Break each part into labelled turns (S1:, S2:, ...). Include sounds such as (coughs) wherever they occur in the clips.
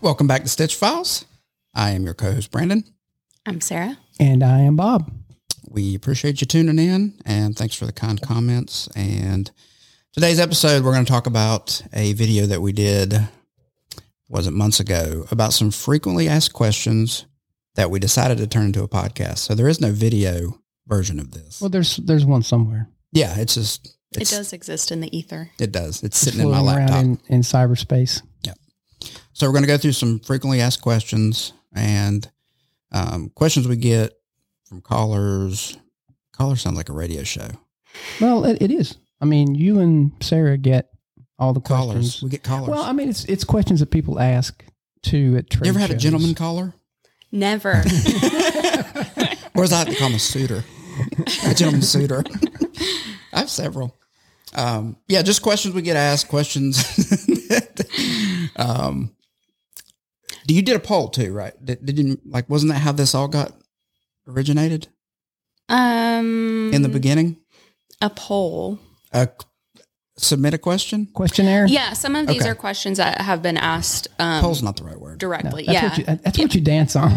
S1: Welcome back to Stitch Files. I am your co host, Brandon.
S2: I'm Sarah.
S3: And I am Bob.
S1: We appreciate you tuning in and thanks for the kind comments. And today's episode, we're going to talk about a video that we did, was it months ago, about some frequently asked questions that we decided to turn into a podcast. So there is no video version of this.
S3: Well, there's there's one somewhere.
S1: yeah, it's just,
S2: It
S1: it's,
S2: does exist in the ether.
S1: It does. It's
S3: It's
S1: sitting in my
S3: floating around
S1: laptop.
S3: in, in cyberspace.
S1: So we're going to go through some frequently asked questions and um, questions we get from callers. Caller sounds like a radio show.
S3: Well, it, it is. I mean, you and Sarah get all the
S1: Callers,
S3: questions.
S1: we get callers.
S3: Well, I mean, it's it's questions that people ask too at trade
S1: you ever had a
S3: shows.
S1: gentleman caller?
S2: (laughs) Never.
S1: Or as I like to call him a suitor, a gentleman suitor. (laughs) I have several. Um, yeah, just questions we get asked. Questions. (laughs) um, do you did a poll too, right? Did, did you like? Wasn't that how this all got originated
S2: um,
S3: Mm-hmm.
S1: in the beginning?
S2: a poll.
S1: a Uh, submit a question?
S3: questionnaire?
S2: Yeah, some of these
S1: Okay.
S2: are questions that have been asked um,
S1: Poll's not the right word.
S3: No,
S2: directly.
S3: that's
S2: yeah,
S3: what you, uh, that's what you dance on.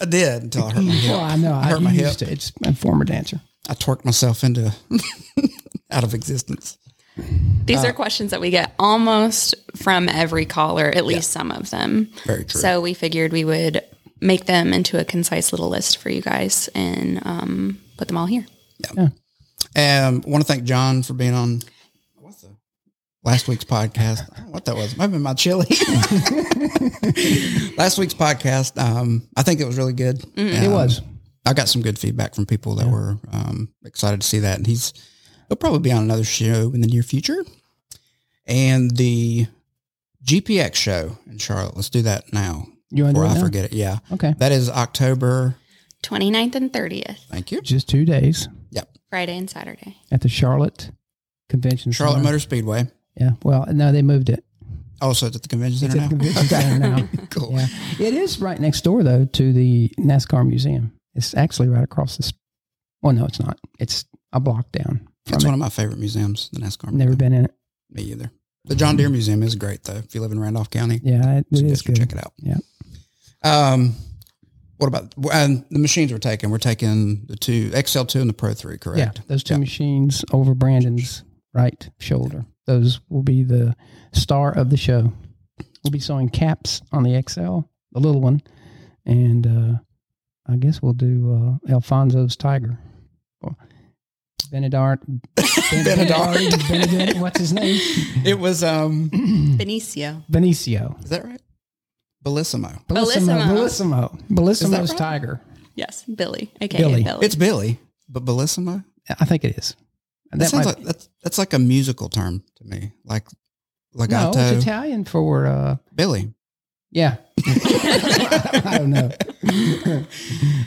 S1: I did until I hurt my hip.
S3: (laughs) well, I know. I
S1: Hurt my
S3: you
S1: hip.
S3: used to. It's a former dancer.
S1: I torqued myself into (laughs) out of existence. Uh,
S2: these are questions that we get almost from every caller, at least some of them.
S1: Very true.
S2: So we figured we would make them into a concise little list for you guys and um, put them all here.
S1: Um, want to thank John for being on. What's the last week's podcast? I don't know what that was. Might have been my chili. (laughs) last week's podcast. Um, I think it was really good.
S3: It
S1: Um,
S3: was.
S1: I got some good feedback from people that were um, excited to see that, and he's he'll probably be on another show in the near future. And the GPX show in Charlotte. Let's do that now
S3: You want
S1: before
S3: to do it
S1: I
S3: now?
S1: forget it. Yeah,
S3: Okay.
S1: that is October.
S2: 29th and 30th,
S1: Thank you,
S3: Just two days
S2: Friday and Saturday.
S3: at the Charlotte Convention
S1: Charlotte
S3: Center.
S1: Motor Speedway.
S3: Yeah. Well, no, they moved it.
S1: Also, it's at the convention
S3: It's
S1: center
S3: at the
S1: now.
S3: convention center now. (laughs)
S1: Cool.
S3: Yeah. It is right next door, though, to the NASCAR Museum. It's actually right across this. Well, no, it's not. It's a block down from
S1: It's
S3: it.
S1: one of my favorite museums, the NASCAR.
S3: Never
S1: museum.
S3: been in it.
S1: Me either. The John Deere Museum is great though. If you live in Randolph County,
S3: Yeah, it,
S1: so
S3: it
S1: you
S3: is
S1: guys should
S3: good.
S1: check it out.
S3: Yeah.
S1: Um, what about and the machines we're taking? We're taking the two XL2 and the Pro 3, correct?
S3: Yeah, those two
S1: Yeah.
S3: machines over Brandon's right shoulder. Those will be the star of the show. We'll be sewing caps on the XL, the little one, and uh, I guess we'll do uh, Alfonso's Tiger. Well,
S1: (laughs)
S3: Benedart,
S1: Benidorm.
S3: Benedict, what's his name?
S1: It was um,
S2: Mm. Benicio.
S3: Benicio.
S1: is that right? Bellissimo.
S2: Bellissimo.
S3: Bellissimo. Bellissimo's
S1: right?
S3: Tiger.
S2: Yes, Billy. Okay,
S3: Billy.
S2: Billy.
S1: It's Billy, but Bellissimo.
S3: I think it is.
S1: That, sounds like that's that's like a musical term to me, like
S3: no,
S1: legato.
S3: it's Italian for uh, (laughs)
S1: Billy. (laughs)
S3: Yeah. I don't know.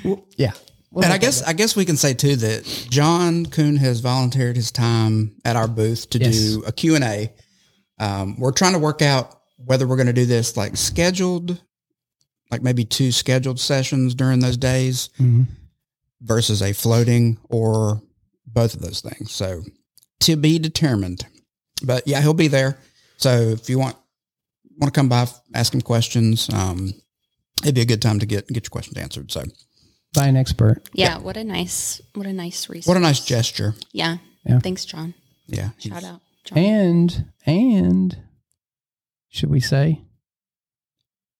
S3: Well, yeah. We'll
S1: and I
S3: look
S1: guess
S3: at
S1: I guess we can say too that John Kuhn has volunteered his time at our booth to
S3: Yes.
S1: do a Q and A. Um, we're trying to work out whether we're going to do this like scheduled, like maybe two scheduled sessions during those days
S3: that. Mhm.
S1: versus a floating or both of those things. So to be determined. But yeah, he'll be there. So if you want want to come by, ask him questions. Um, it'd be a good time to get get your questions answered. So
S3: by an expert.
S2: yeah, what a nice, what a nice resource.
S1: what a nice gesture.
S2: Yeah.
S3: Yeah.
S2: Thanks, John.
S1: Yeah. he's-
S2: Shout out, John.
S3: And and should we say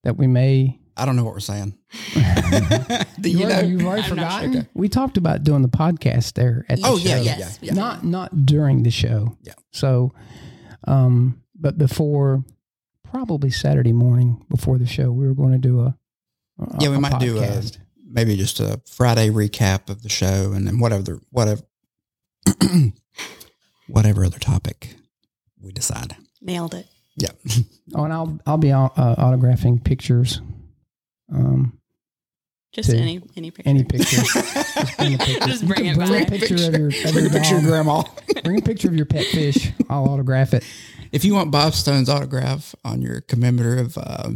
S3: that we may
S1: I don't know what we're
S3: (laughs)
S1: saying. Do
S3: you
S1: you know?
S3: have already
S2: I'm not
S3: forgotten?
S1: sure. Okay.
S3: We talked about doing the podcast there at the
S1: Oh,
S3: show.
S1: yeah, yeah,
S2: Yes,
S1: yeah,
S2: we
S1: yeah.
S2: did.
S3: Not not during the show.
S1: Yeah.
S3: So um but before probably Saturday morning before the show, we were going to do a, a-
S1: Yeah, we
S3: a
S1: might do a-
S3: podcast.
S1: Maybe just a Friday recap of the show, and then whatever, whatever, (clears throat) whatever other topic we
S3: (laughs)
S1: decide.
S2: nailed it.
S1: Yeah,
S3: Oh, and I'll I'll be au- uh, autographing pictures. Um,
S2: Just
S3: Two.
S2: any any picture.
S3: any picture.
S1: (laughs)
S3: bring a picture.
S2: Just
S3: You
S2: bring
S3: can
S2: it
S3: bring a
S2: back.
S3: picture of your, of
S1: Bring
S3: your
S1: a picture of
S3: dog.
S1: grandma.
S3: Bring a picture of your
S1: (laughs)
S3: pet fish. I'll autograph it.
S1: If you want Bob Stone's autograph on your commemorative uh,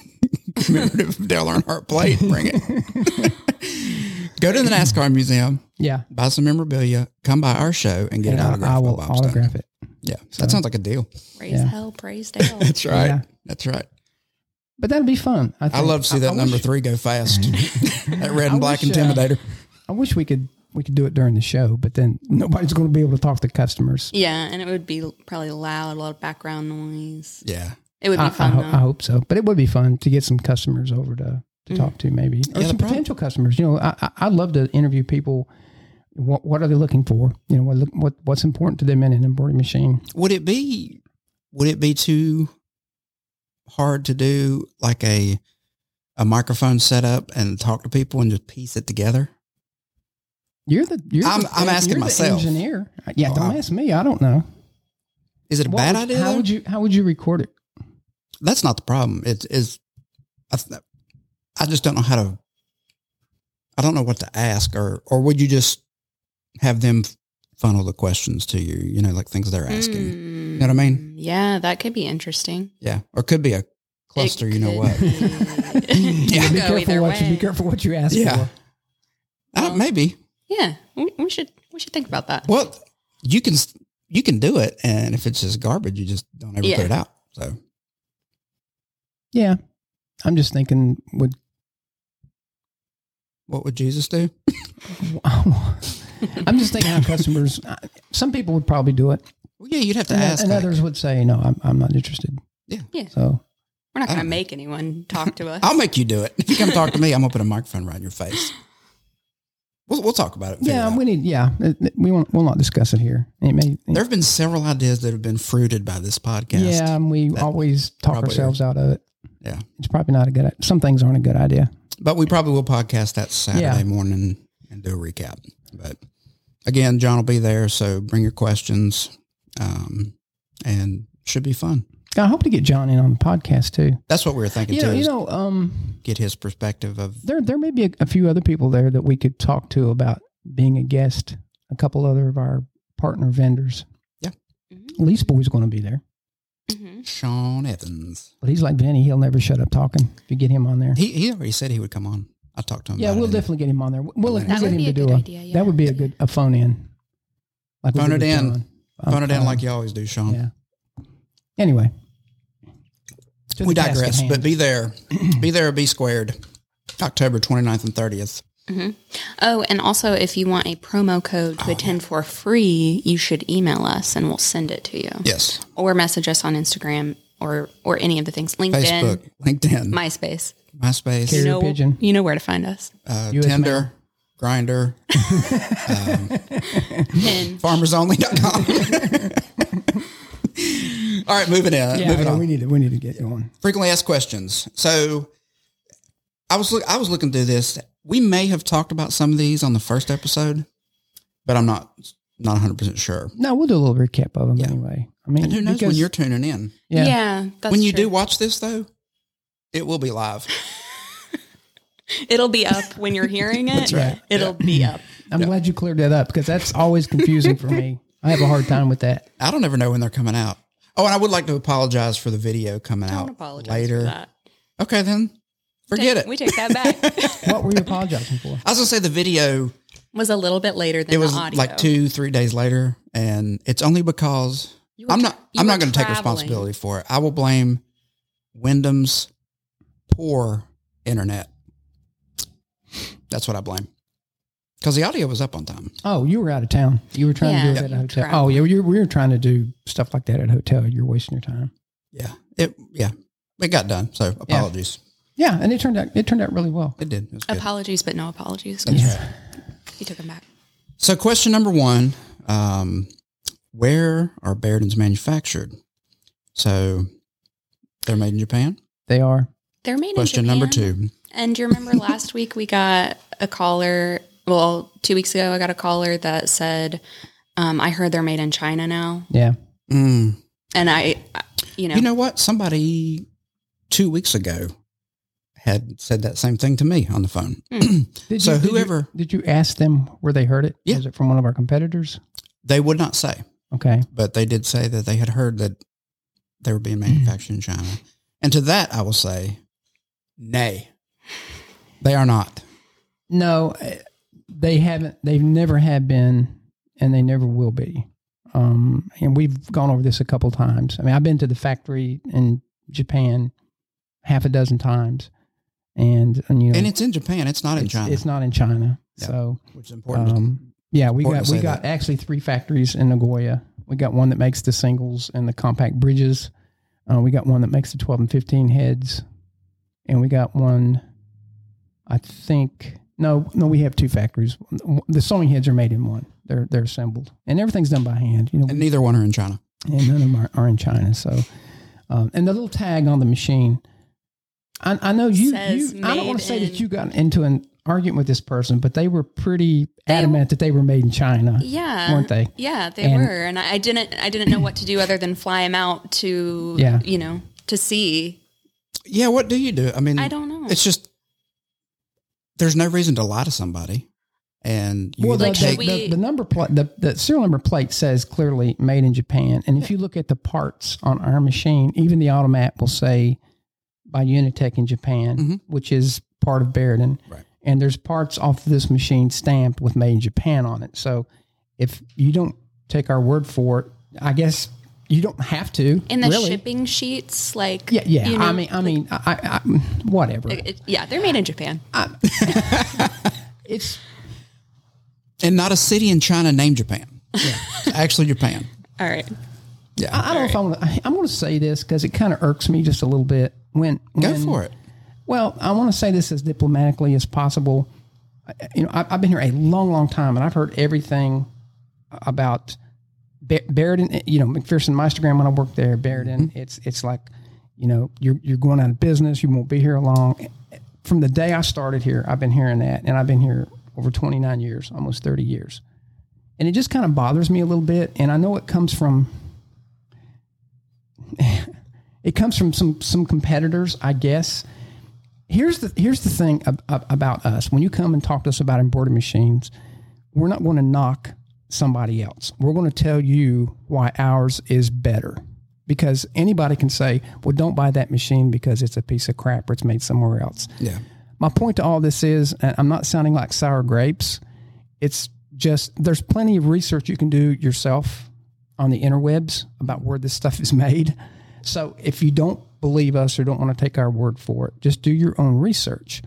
S1: (laughs) commemorative Dale Earnhardt plate, bring it. (laughs) Go to the NASCAR museum,
S3: Yeah,
S1: buy some memorabilia, come by our show, and get
S3: and
S1: an
S3: I,
S1: autograph.
S3: I
S1: by
S3: will
S1: Bob Stone.
S3: autograph it.
S1: Yeah. That sounds like a deal.
S2: Praise
S3: Yeah.
S2: hell, praise hell.
S3: (laughs)
S1: That's right.
S3: Yeah.
S1: That's right.
S3: But that'd be fun. I,
S1: I
S3: think.
S1: love to see that
S3: I
S1: number
S3: wish-
S1: three go (laughs) fast. that red and
S3: I
S1: black
S3: wish, uh,
S1: intimidator.
S3: I wish we could we could do it during the show, but then nobody's going to be able to talk to customers.
S2: yeah, and it would be probably loud, a lot of background noise.
S1: yeah.
S2: It would be
S3: I, I,
S2: fun
S3: ho-
S2: though.
S3: I hope so, but it would be fun to get some customers over to to
S2: Mm-hmm.
S3: talk to, maybe
S1: Yeah,
S3: or
S1: the
S3: some
S1: prob-
S3: potential customers. You know, I, I I love to interview people. What what are they looking for? You know, what look- what what's important to them in an embroidery machine?
S1: Would it be would it be too hard to do like a a microphone setup and talk to people and just piece it together?
S3: You're the you're
S1: I'm-
S3: the,
S1: I'm asking
S3: you're the
S1: myself.
S3: engineer. Yeah,
S1: Oh,
S3: don't
S1: I'm-
S3: ask me. I don't know.
S1: Is it a
S3: What
S1: bad
S3: would-
S1: idea?
S3: How
S1: though?
S3: would you how would you
S2: (laughs)
S3: record it?
S1: That's not the problem. It is I, th- I just don't know how to I don't know what to ask or or would you just have them funnel the questions to you, you know, like things they're asking.
S2: Mm.
S1: You know what I mean?
S2: Yeah, that could be interesting.
S1: Yeah. Or could be a cluster,
S2: It
S1: you know
S2: could
S1: what?
S2: be.
S1: (laughs) Yeah.
S2: Could
S3: be
S2: go
S3: careful
S2: either
S3: what you be
S2: way.
S3: careful what you ask
S1: Yeah.
S3: for.
S1: Uh,
S3: Um,
S1: maybe.
S2: Yeah, we, we should we should think about that.
S1: Well, you can you can do it, and if it's just garbage, you just don't ever
S2: Yeah.
S1: put it out. So
S3: Yeah, I'm just thinking would
S1: what would Jesus do?
S3: I'm just thinking how customers. uh, Some people would probably do it,
S1: Well, yeah, you'd have to
S3: and, uh,
S1: ask.
S3: and
S1: like,
S3: others would say, "No, I'm, I'm not interested."
S1: Yeah.
S2: Yeah.
S3: So
S2: We're
S1: I
S2: not going to
S1: don't know.
S2: make anyone talk to
S1: (laughs)
S2: us.
S1: I'll make you do it. If you come talk to me, I'm gonna put a microphone right in your face. We'll, we'll talk about it. and figure it
S3: yeah,
S1: out.
S3: we need. Yeah, it- it- we won't. We'll not discuss it here. It may.
S1: there have been several ideas that have been fruited by this podcast.
S3: yeah, and we
S1: That
S3: always talk
S1: probably-
S3: ourselves out of it.
S1: Yeah.
S3: It's probably not a good. Some things aren't a good idea.
S1: but we probably will podcast that Saturday
S3: Yeah.
S1: morning and do a recap. But again, John will be there, so bring your questions, um, and should be fun.
S3: I hope to get John in on the podcast too.
S1: That's what we were thinking
S3: You
S1: too.
S3: know, you
S1: is
S3: know, um,
S1: get his perspective of
S3: there there may be a, a few other people there that we could talk to about being a guest. A couple other of our partner vendors.
S2: Mm-hmm.
S3: Lee's boy's going to be there.
S2: Mhm.
S1: Sean Evans.
S3: But he's like Vinny; he'll never shut up talking. If you get him on there,
S1: He he already said he would come on. I talked to him.
S3: yeah,
S1: about
S3: we'll
S1: it.
S3: definitely get him on there. We'll, we'll
S1: That
S3: get
S2: would
S3: him
S2: be
S3: to
S2: a
S3: do
S2: good
S3: a
S2: idea, yeah.
S3: that would be a good a phone in. Like we
S1: Phone
S3: did
S1: it
S3: with
S1: in.
S3: John. A
S1: Phone it in like you always do, Sean.
S3: Yeah. Anyway, To
S1: We
S3: the task
S1: digress,
S3: at
S1: but
S3: hand.
S1: be
S3: (clears throat)
S1: there. be there or be squared. October 29th and 30th.
S2: Oh, and also, if you want a promo code to
S1: Oh,
S2: attend for free, you should email us and we'll send it to you,
S1: Yes.
S2: or message us on Instagram or or any of the things, LinkedIn,
S1: Facebook, LinkedIn,
S2: MySpace.
S1: MySpace,
S2: You
S3: Carrier
S2: know,
S3: pigeon.
S2: you know where to find us.
S1: uh,
S3: US
S1: Tinder, (laughs) Grinder,
S2: And
S1: farmersonly.com. (laughs) All right, moving in.
S3: yeah,
S1: moving
S3: yeah,
S1: on.
S3: we need to we need to get going.
S1: frequently asked questions. So I was look, I was looking through this. We may have talked about some of these on the first episode, but I'm not not 100 percent sure.
S3: No, we'll do a little recap of them
S1: Yeah.
S3: anyway. I mean,
S1: And who knows when
S3: because-
S1: you're tuning in?
S2: yeah,
S3: (laughs) yeah,
S2: that's
S1: when you
S2: true.
S1: do watch this, though, it will be live.
S2: it'll be up when you're hearing it.
S1: right.
S2: It'll be up.
S3: I'm glad you cleared that up because that's always confusing for me. I have a hard time with that.
S1: I don't ever know when they're coming out. Oh, and I would like to apologize for the video coming
S2: I
S1: out
S2: don't apologize
S1: later.
S2: for that.
S1: Okay, then forget
S2: Take-
S1: it.
S2: We take that back.
S1: (laughs)
S3: What were you apologizing for?
S1: I was gonna say the video.
S2: was a little bit later than
S1: It was
S2: the audio.
S1: like two, three days later, and it's only because
S2: You were
S1: I'm
S2: tra-
S1: not.
S2: you
S1: I'm
S2: were
S1: not going to take
S2: traveling.
S1: responsibility for it. I will blame Wyndham's poor internet. That's what I blame. Because the audio was up on time.
S3: Oh, you were out of town. You were trying to do
S2: Yeah,
S3: it at a hotel.
S2: travel.
S3: Oh, yeah, you we were trying to do stuff like that at a hotel. You're wasting your time.
S1: Yeah. It. Yeah. It got done. So apologies.
S3: Yeah, and it turned out it turned out really well.
S1: It did. It was good.
S2: Apologies, but no apologies.
S1: That's
S2: Yes.
S1: right.
S2: He took them back.
S1: So question number one: um, Where are Bairdens manufactured? So they're made in Japan.
S3: They are.
S2: They're made
S1: Question
S2: in Japan.
S1: number two.
S2: And do you
S3: (laughs)
S2: remember last week we got a caller? Well, two weeks ago I got a caller that said, um, "I heard they're made in China now,"
S3: Yeah.
S1: Mm.
S2: and I, I- you know,
S1: You know what? Somebody two weeks ago had said that same thing to me on the phone.
S3: Did
S1: So
S3: did
S1: whoever-
S3: did you ask them where they heard it?
S1: Yeah.
S3: Was it from one of our competitors?
S1: they would not say,
S3: Okay.
S1: but they did say that they had heard that they were
S2: Mm.
S1: being manufactured in China. And to that, I will say, nay, they are not.
S3: uh, No, eh, they haven't. They've never have been, and they never will be. Um, and we've gone over this a couple times. I mean, I've been to the factory in Japan half a dozen times, and, and you know,
S1: And it's in Japan. It's not in
S3: it's,
S1: China,
S3: it's not in China.
S1: Yeah.
S3: So,
S1: which is important.
S3: um, yeah, we
S1: Important
S3: got
S1: to
S3: we
S1: say
S3: got actually three factories in Nagoya. We got one that makes the singles and the compact bridges. Uh, we got one that makes the twelve and fifteen heads, and we got one. I think no, no, we have two factories. The sewing heads are made in one. They're they're assembled, and everything's done by hand. You know,
S1: and neither one are in China.
S3: and none of them are, are in China. So, um, and the little tag on the machine, I, I know you.
S2: Says
S3: you I don't want to
S2: made
S3: say
S2: in-
S3: that you got into an argument with this person, but they were pretty
S2: They-
S3: adamant that they were made in China,
S2: Yeah.
S3: weren't they?
S2: Yeah, they
S3: And-
S2: were, and I, I didn't. I didn't know what to do other than fly them out to,
S3: Yeah.
S2: you know, to see.
S1: Yeah. What do you do? I
S3: Mm.
S1: mean,
S2: I don't know.
S1: It's just there's no reason to lie to somebody, and you
S3: Well,
S1: either
S2: Like,
S3: the,
S2: should
S1: take
S2: we-
S3: the, the, the number plate, the, the serial number plate says clearly made in Japan. And if you look at the parts on our machine, even the automat will say by Unitech in Japan,
S1: Mhm.
S3: which is part of Bearden.
S1: Right.
S3: And there's parts off this machine stamped with made in Japan on it. So if you don't take our word for it, I guess you don't have to.
S2: in the
S3: really.
S2: shipping sheets, like
S3: Yeah, yeah.
S2: you know,
S3: I mean, I mean, I, I, I, whatever.
S2: it- yeah, they're made in Japan.
S3: It's
S1: and not a city in China named Japan. It's (laughs) actually Japan.
S2: All right,
S1: Yeah,
S3: I, I don't know if I want to. I'm going to say this because it kind of irks me just a little bit. When,
S1: go
S3: when-
S1: for it.
S3: Well, I want to say this as diplomatically as possible. I- You know, I, I've been here a long, long time, and I've heard everything about Ba- Barrett. You know, McPherson Meistergram when I worked there, Barrett. It's it's like, you know, you're you're going out of business. You won't be here long. From the day I started here, I've been hearing that, and I've been here over 29 years, almost 30 years, and it just kind of bothers me a little bit. And I know it comes from (laughs) it comes from some some competitors, I guess. Here's the here's the thing ab- ab- about us. When you come and talk to us about embroidery machines, we're not going to knock somebody else. We're going to tell you why ours is better. Because anybody can say, "Well, don't buy that machine because it's a piece of crap or it's made somewhere else."
S1: Yeah,
S3: my point to all this is and i'm not sounding like sour grapes it's just there's plenty of research you can do yourself on the interwebs about where this stuff is (laughs) made so if you don't believe us or don't want to take our word for it just do your own research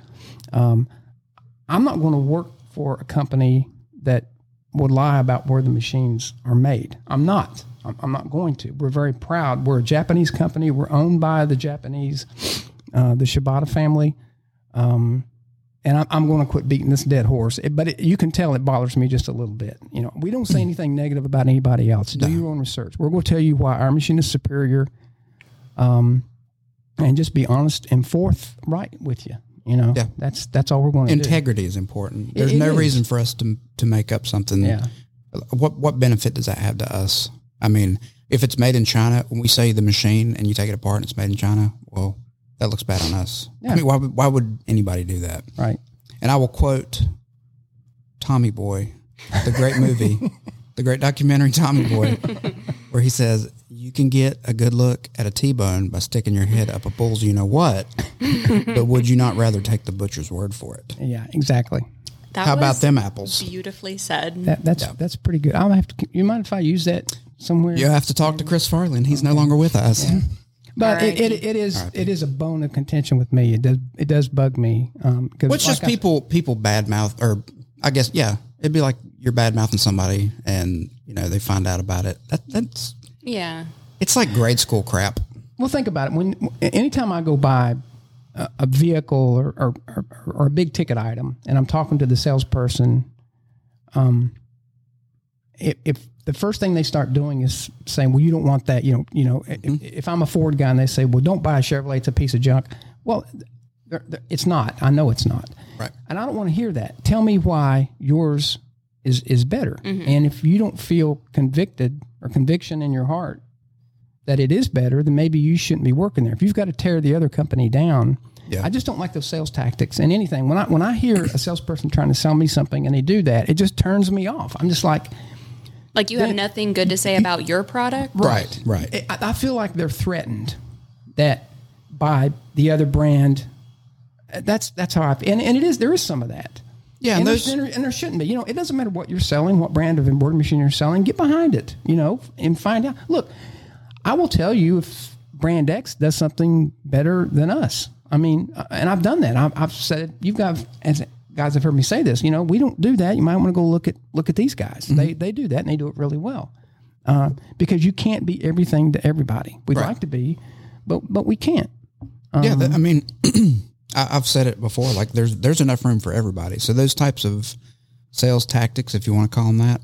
S3: I'm not going to work for a company that would lie about where the machines are made. I'm not. I'm, I'm not going to. We're very proud. We're a Japanese company. We're owned by the Japanese, uh, the Shibata family. Um, and I'm, I'm going to quit beating this dead horse. It- but it, you can tell it bothers me just a little bit. You know, we don't say anything negative about anybody else. Do your own research. We're going to tell you why our machine is superior. Um, and just be honest and forthright with you. You know,
S1: Yeah.
S3: that's that's all we're going to do.
S1: integrity is important. There's
S3: it
S1: no
S3: is.
S1: reason for us to to make up something.
S3: Yeah.
S1: What what benefit does that have to us? I mean, if it's made in China, when we say the machine and you take it apart and it's made in China, well, that looks bad on us.
S3: Yeah.
S1: I mean, why would- why would anybody do that?
S3: Right.
S1: And I will quote Tommy Boy, the great movie, the great documentary Tommy Boy, where he says, You can get a good look at a T bone by sticking your head up a bull's you know what, but would you not rather take the butcher's word for it?
S3: Yeah, exactly.
S2: that
S1: How
S2: was
S1: about them apples?
S2: Beautifully said.
S3: That, that's
S1: Yeah.
S3: that's pretty good. I'll have to. You mind if I use that somewhere?
S1: You have to talk to Chris Farland. He's no longer with us.
S3: But it, it, it is it is a bone of contention with me. It does it does bug me. Um, 'cause
S1: Which
S3: like
S1: just
S3: I-
S1: people people bad mouth or I guess yeah, it'd be like you're bad mouthing somebody and you know they find out about it. That, that's
S2: yeah,
S1: it's like grade school crap.
S3: well, think about it. When anytime I go by a, a vehicle or or, or or a big ticket item, and I'm talking to the salesperson, um, if, if the first thing they start doing is saying, "Well, you don't want that," you know, you know, if, if I'm a Ford guy and they say, "Well, don't buy a Chevrolet; it's a piece of junk," well, they're, they're, it's not. I know it's not.
S1: Right.
S3: and I don't want to hear that. Tell me why yours is is better. And if you don't feel convicted or conviction in your heart that it is better, then maybe you shouldn't be working there. If you've got to tear the other company down,
S1: Yeah.
S3: I just don't like those sales tactics and anything. When I when I hear a salesperson trying to sell me something and they do that, it just turns me off. I'm just like,
S2: like you have nothing good to say about your product.
S1: Right. Right.
S3: I, I feel like they're threatened that by the other brand. That's that's how I and, and it is there is some of that,
S1: Yeah, and
S3: and,
S1: those
S3: there's, and, there, and there shouldn't be. You know, it doesn't matter what you're selling, what brand of embroidery machine you're selling. Get behind it, you know, and find out. Look, I will tell you if brand X does something better than us. I mean, uh, and I've done that. I've, I've said you've got as guys have heard me say this. You know, we don't do that. You might want to go look at look at these guys.
S1: Mm-hmm.
S3: They they do that and they do it really well. Uh, because you can't be everything to everybody. We'd
S1: Right.
S3: like to be, but but we can't.
S1: yeah, that, I mean, (clears throat) I, I've said it before. Like, there's there's enough room for everybody. So those types of sales tactics, if you want to call them that,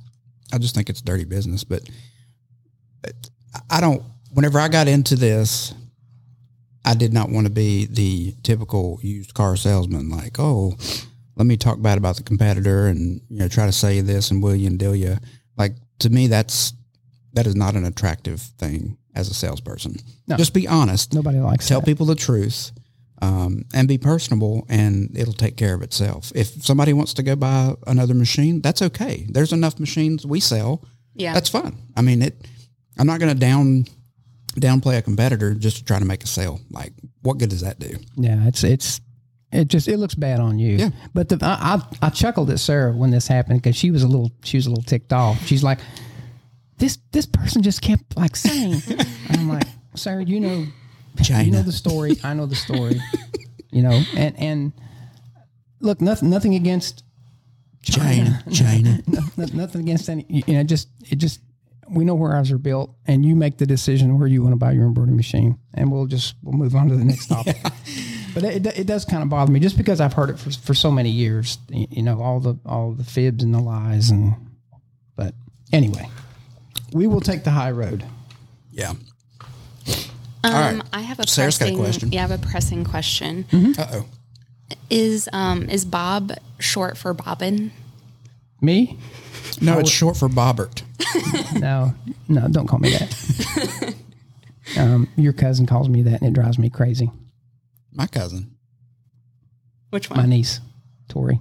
S1: I just think it's dirty business. But it- I don't. Whenever I got into this, I did not want to be the typical used car salesman. Like, oh, let me talk bad about the competitor and you know try to sell you this and will you and deal you. Like to me, that's that is not an attractive thing as a salesperson.
S3: No.
S1: Just be honest
S3: Nobody likes
S1: tell
S3: that.
S1: people the truth um, and be personable and it'll take care of itself if somebody wants to go buy another machine that's okay there's enough machines we sell
S2: Yeah.
S1: that's fine i mean it i'm not going to down downplay a competitor just to try to make a sale like what good does that do
S3: Yeah, it's it's it just it looks bad on you.
S1: Yeah.
S3: But the, I, I I chuckled at Sarah when this happened because she was a little she was a little ticked off. She's like, this this person just kept like saying, (laughs) and I'm like, Sarah, you know, you know
S1: China.
S3: the story. I know the story. you know, and and look, nothing nothing against
S1: china (laughs) china
S3: no- nothing against any. You know, just it just we know where ours are built, and you make the decision where you want to buy your embroidery machine, and we'll just we'll move on to the next topic. But it, it does kind of bother me just because I've heard it for, for so many years. y- You know, all the all the fibs and the lies, and but anyway, we will take the high road.
S1: yeah
S2: Um,
S1: right.
S2: I have a
S1: Sarah's got a
S2: pressing,
S1: question.
S2: Yeah, I have a pressing question.
S1: uh-oh
S2: Is um is Bob short for bobbin?
S3: Me?
S1: no it's short for bobbert
S3: No, no, don't call me that. um, your cousin calls me that, and it drives me crazy.
S1: my cousin
S2: Which
S3: My
S2: one?
S3: niece, Tori,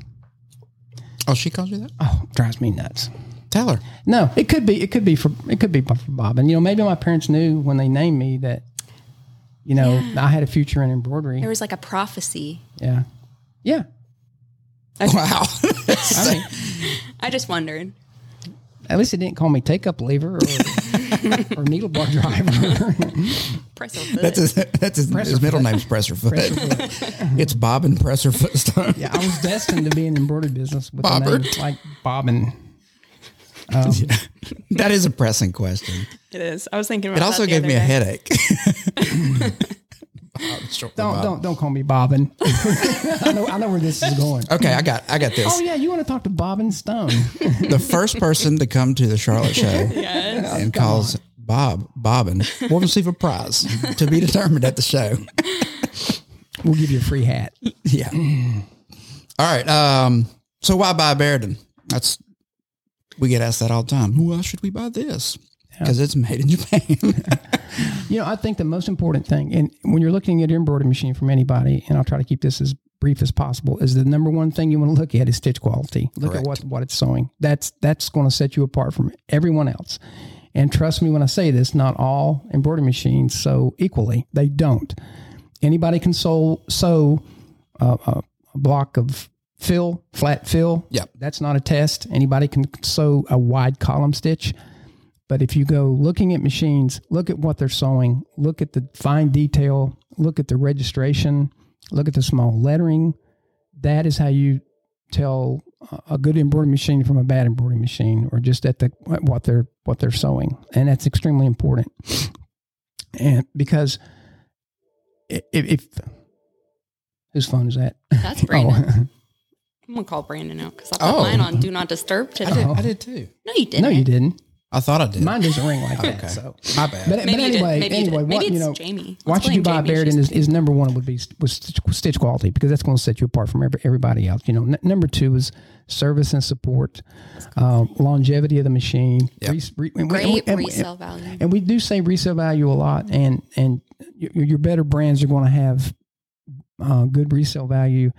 S1: oh she calls you that
S3: oh, drives me nuts.
S1: tell her
S3: No, it could be. It could be for. It could be for Bob. And you know, maybe my parents knew when they named me that, you know, I had a future in embroidery.
S2: There was like a prophecy.
S3: Yeah, yeah.
S1: wow (laughs)
S3: I mean,
S2: I just wondered.
S3: at least they didn't call me take up lever or, or needle bar driver. (laughs)
S2: Press a
S1: that's his, that's his, his middle name's presserfoot (laughs) it's bob and presserfoot Stone. (laughs)
S3: yeah, I was destined to be in the embroidery business with a name
S1: Bobbert.
S3: like Bobbin.
S1: that is a pressing question
S2: It is. I was thinking about
S1: It
S2: that
S1: also
S2: the
S1: gave
S2: other
S1: me a
S2: day.
S1: headache. (laughs) Bob, short for
S3: Don't
S1: Bob.
S3: don't don't call me Bobbin. I know I know where this is going.
S1: Okay, I got I got
S3: Oh
S1: this.
S3: yeah, you want to talk to Bobbin Stone?
S1: The first person to come to the Charlotte show
S2: (laughs) Yes.
S1: and calls Bob Bobbin will receive a prize to be determined at the show. (laughs)
S3: We'll give you a free hat.
S1: Yeah. All right. Um. So why buy Bearden? That's we get asked that all the time. Why should we buy this? Because it's made in Japan.
S3: You know, I think the most important thing, and when you're looking at an embroidery machine from anybody, and I'll try to keep this as brief as possible, is the number one thing you want to look at is stitch quality. Look
S1: Correct.
S3: at what what it's sewing. That's that's going to set you apart from everyone else. And trust me when I say this, not all embroidery machines sew equally. They don't. Anybody can sew sew uh, a, a block of fill, flat fill.
S1: Yep.
S3: That's not a test. Anybody can sew a wide column stitch. But if you go looking at machines, look at what they're sewing, look at the fine detail, look at the registration, look at the small lettering. That is how you tell a- a good embroidery machine from a bad embroidery machine, or just at the at what they're what they're sewing, and that's extremely important. And because i- if, if whose phone is that? (laughs)
S2: That's Brandon. I'm gonna call Brandon out because I put
S1: Oh.
S2: mine on Do Not Disturb
S1: I
S2: today.
S1: did, I did too.
S2: No, you
S3: oh,
S2: didn't.
S3: no, you didn't.
S1: Oh. I thought I did.
S3: Mine doesn't ring like that.
S1: Mm-hmm. Okay.
S3: So,
S1: My
S3: but,
S1: bad.
S3: but
S2: Maybe you did.
S3: anyway,
S2: Maybe you did.
S3: anyway,
S2: Maybe
S3: what
S2: it's
S3: you know.
S2: Jamie.
S3: Why
S2: Let's
S3: should you buy
S2: blame
S3: a
S2: Jamie.
S3: Baird?
S2: She's-
S3: And is, is number one would be st- was stitch, was stitch quality because that's going to set you apart from every, everybody else. You know, N- number two is service and support, uh, longevity of the machine.
S1: Yep.
S3: res- re- and we- and we-
S2: Great
S3: and we-
S2: resale value.
S3: And we do say resale value a lot, and and your, your better brands are going to have uh, good resale value.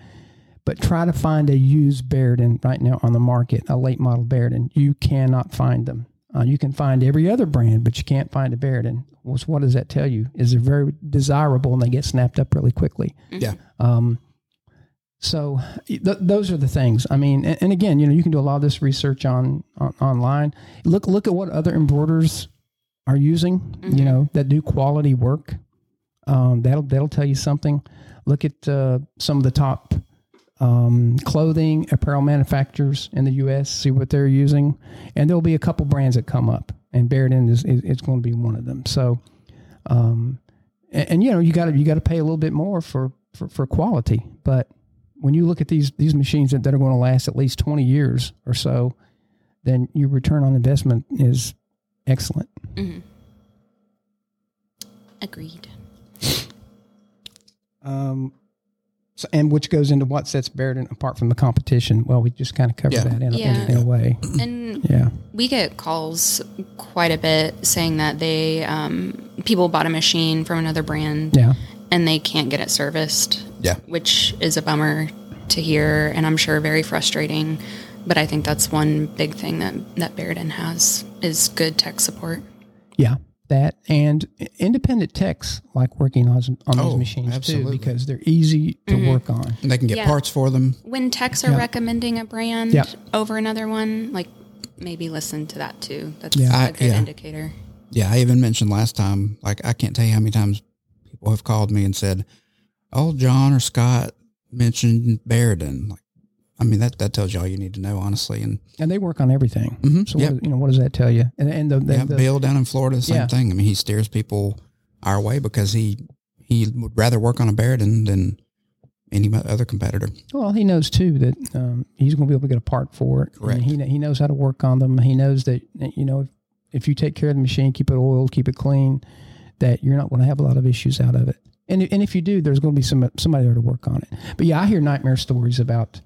S3: But try to find a used Bearden right now on the market, a late model Bearden. You cannot find them. Uh, you can find every other brand, but you can't find a Bearden. Well, so what does that tell you? Is they're very desirable and they get snapped up really quickly.
S1: Yeah.
S3: Um, So th- those are the things. I mean, and, and again, you know, you can do a lot of this research on, on online. Look look at what other embroiders are using. You know, that do quality work. Um, that'll that'll tell you something. Look at uh, some of the top um, clothing apparel manufacturers in the U.S. See what they're using, and there'll be a couple brands that come up, and Bearden is, is, is going to be one of them. So, um, and, and you know, you got to you got to pay a little bit more for, for for quality, but when you look at these these machines that, that are going to last at least twenty years or so, then your return on investment is excellent.
S2: Agreed.
S3: Um, so, and which goes into what sets Bearden apart from the competition. Well, we just kind of covered
S1: Yeah.
S3: that in, a-
S2: Yeah.
S3: in, in a way.
S2: And
S3: Yeah.
S2: we get calls quite a bit saying that they um, people bought a machine from another brand
S3: Yeah.
S2: and they can't get it serviced,
S1: Yeah.
S2: which is a bummer to hear, and I'm sure very frustrating. But I think that's one big thing that that Bearden has is good tech support.
S3: Yeah, that and independent techs like working on on
S1: Oh,
S3: these machines
S1: absolutely.
S3: too because they're easy to work on.
S1: And they can get
S2: Yeah.
S1: parts for them.
S2: When techs are
S3: Yeah.
S2: recommending a brand
S3: Yeah.
S2: over another one, like maybe listen to that too. That's
S3: Yeah.
S2: a
S1: I-
S2: good
S1: yeah.
S2: indicator.
S1: Yeah, I even mentioned last time, like I can't tell you how many times people have called me and said, "Oh, John or Scott mentioned Baradin." Like, I mean that that tells you all you need to know, honestly. And
S3: And they work on everything.
S1: Mhm,
S3: So
S1: yep.
S3: what, you know, what does that tell you? And, and the, the,
S1: yeah,
S3: the-
S1: Bill down in Florida, same
S3: Yeah.
S1: thing. I mean, he steers people our way because he he would rather work on a Baradin than any mo- other competitor.
S3: well, he knows too that um, he's going to be able to get a part for it.
S1: Correct.
S3: And he kn- he knows how to work on them. He knows that that, you know if, if you take care of the machine, keep it oiled, keep it clean, that you're not going to have a lot of issues out of it. And and if you do, there's going to be some somebody there to work on it. But yeah, I hear nightmare stories about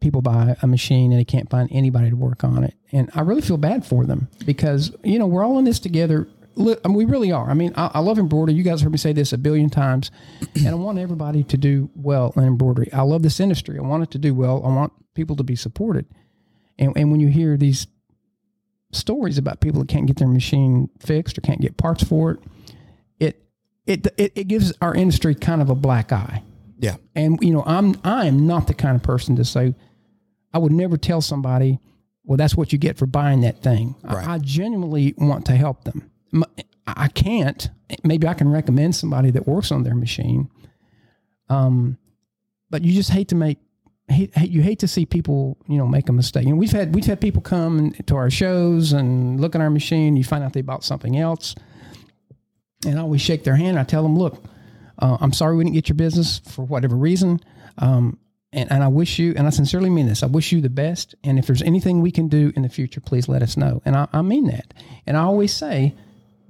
S3: people buy a machine and they can't find anybody to work on it. And I really feel bad for them because, you know, we're all in this together. Li- I mean, we really are. I mean, I, I love embroidery. You guys heard me say this a billion times. And I want everybody to do well in embroidery. I love this industry. I want it to do well. I want people to be supported. And, and when you hear these stories about people that can't get their machine fixed or can't get parts for it, it, it, it, it gives our industry kind of a black eye.
S1: Yeah,
S3: And you know, I'm I am not the kind of person to say I would never tell somebody, well, that's what you get for buying that thing. I-
S1: Right.
S3: I, genuinely want to help them. M- I can't. Maybe I can recommend somebody that works on their machine. Um, but you just hate to make hate, hate you hate to see people you know make a mistake. And we've had we've had people come to our shows and look at our machine. You find out they bought something else, and I always shake their hand. I tell them, look, uh, I'm sorry we didn't get your business for whatever reason. Um, and, and I wish you, and I sincerely mean this, I wish you the best. And if there's anything we can do in the future, please let us know. And I, I mean that. And I always say,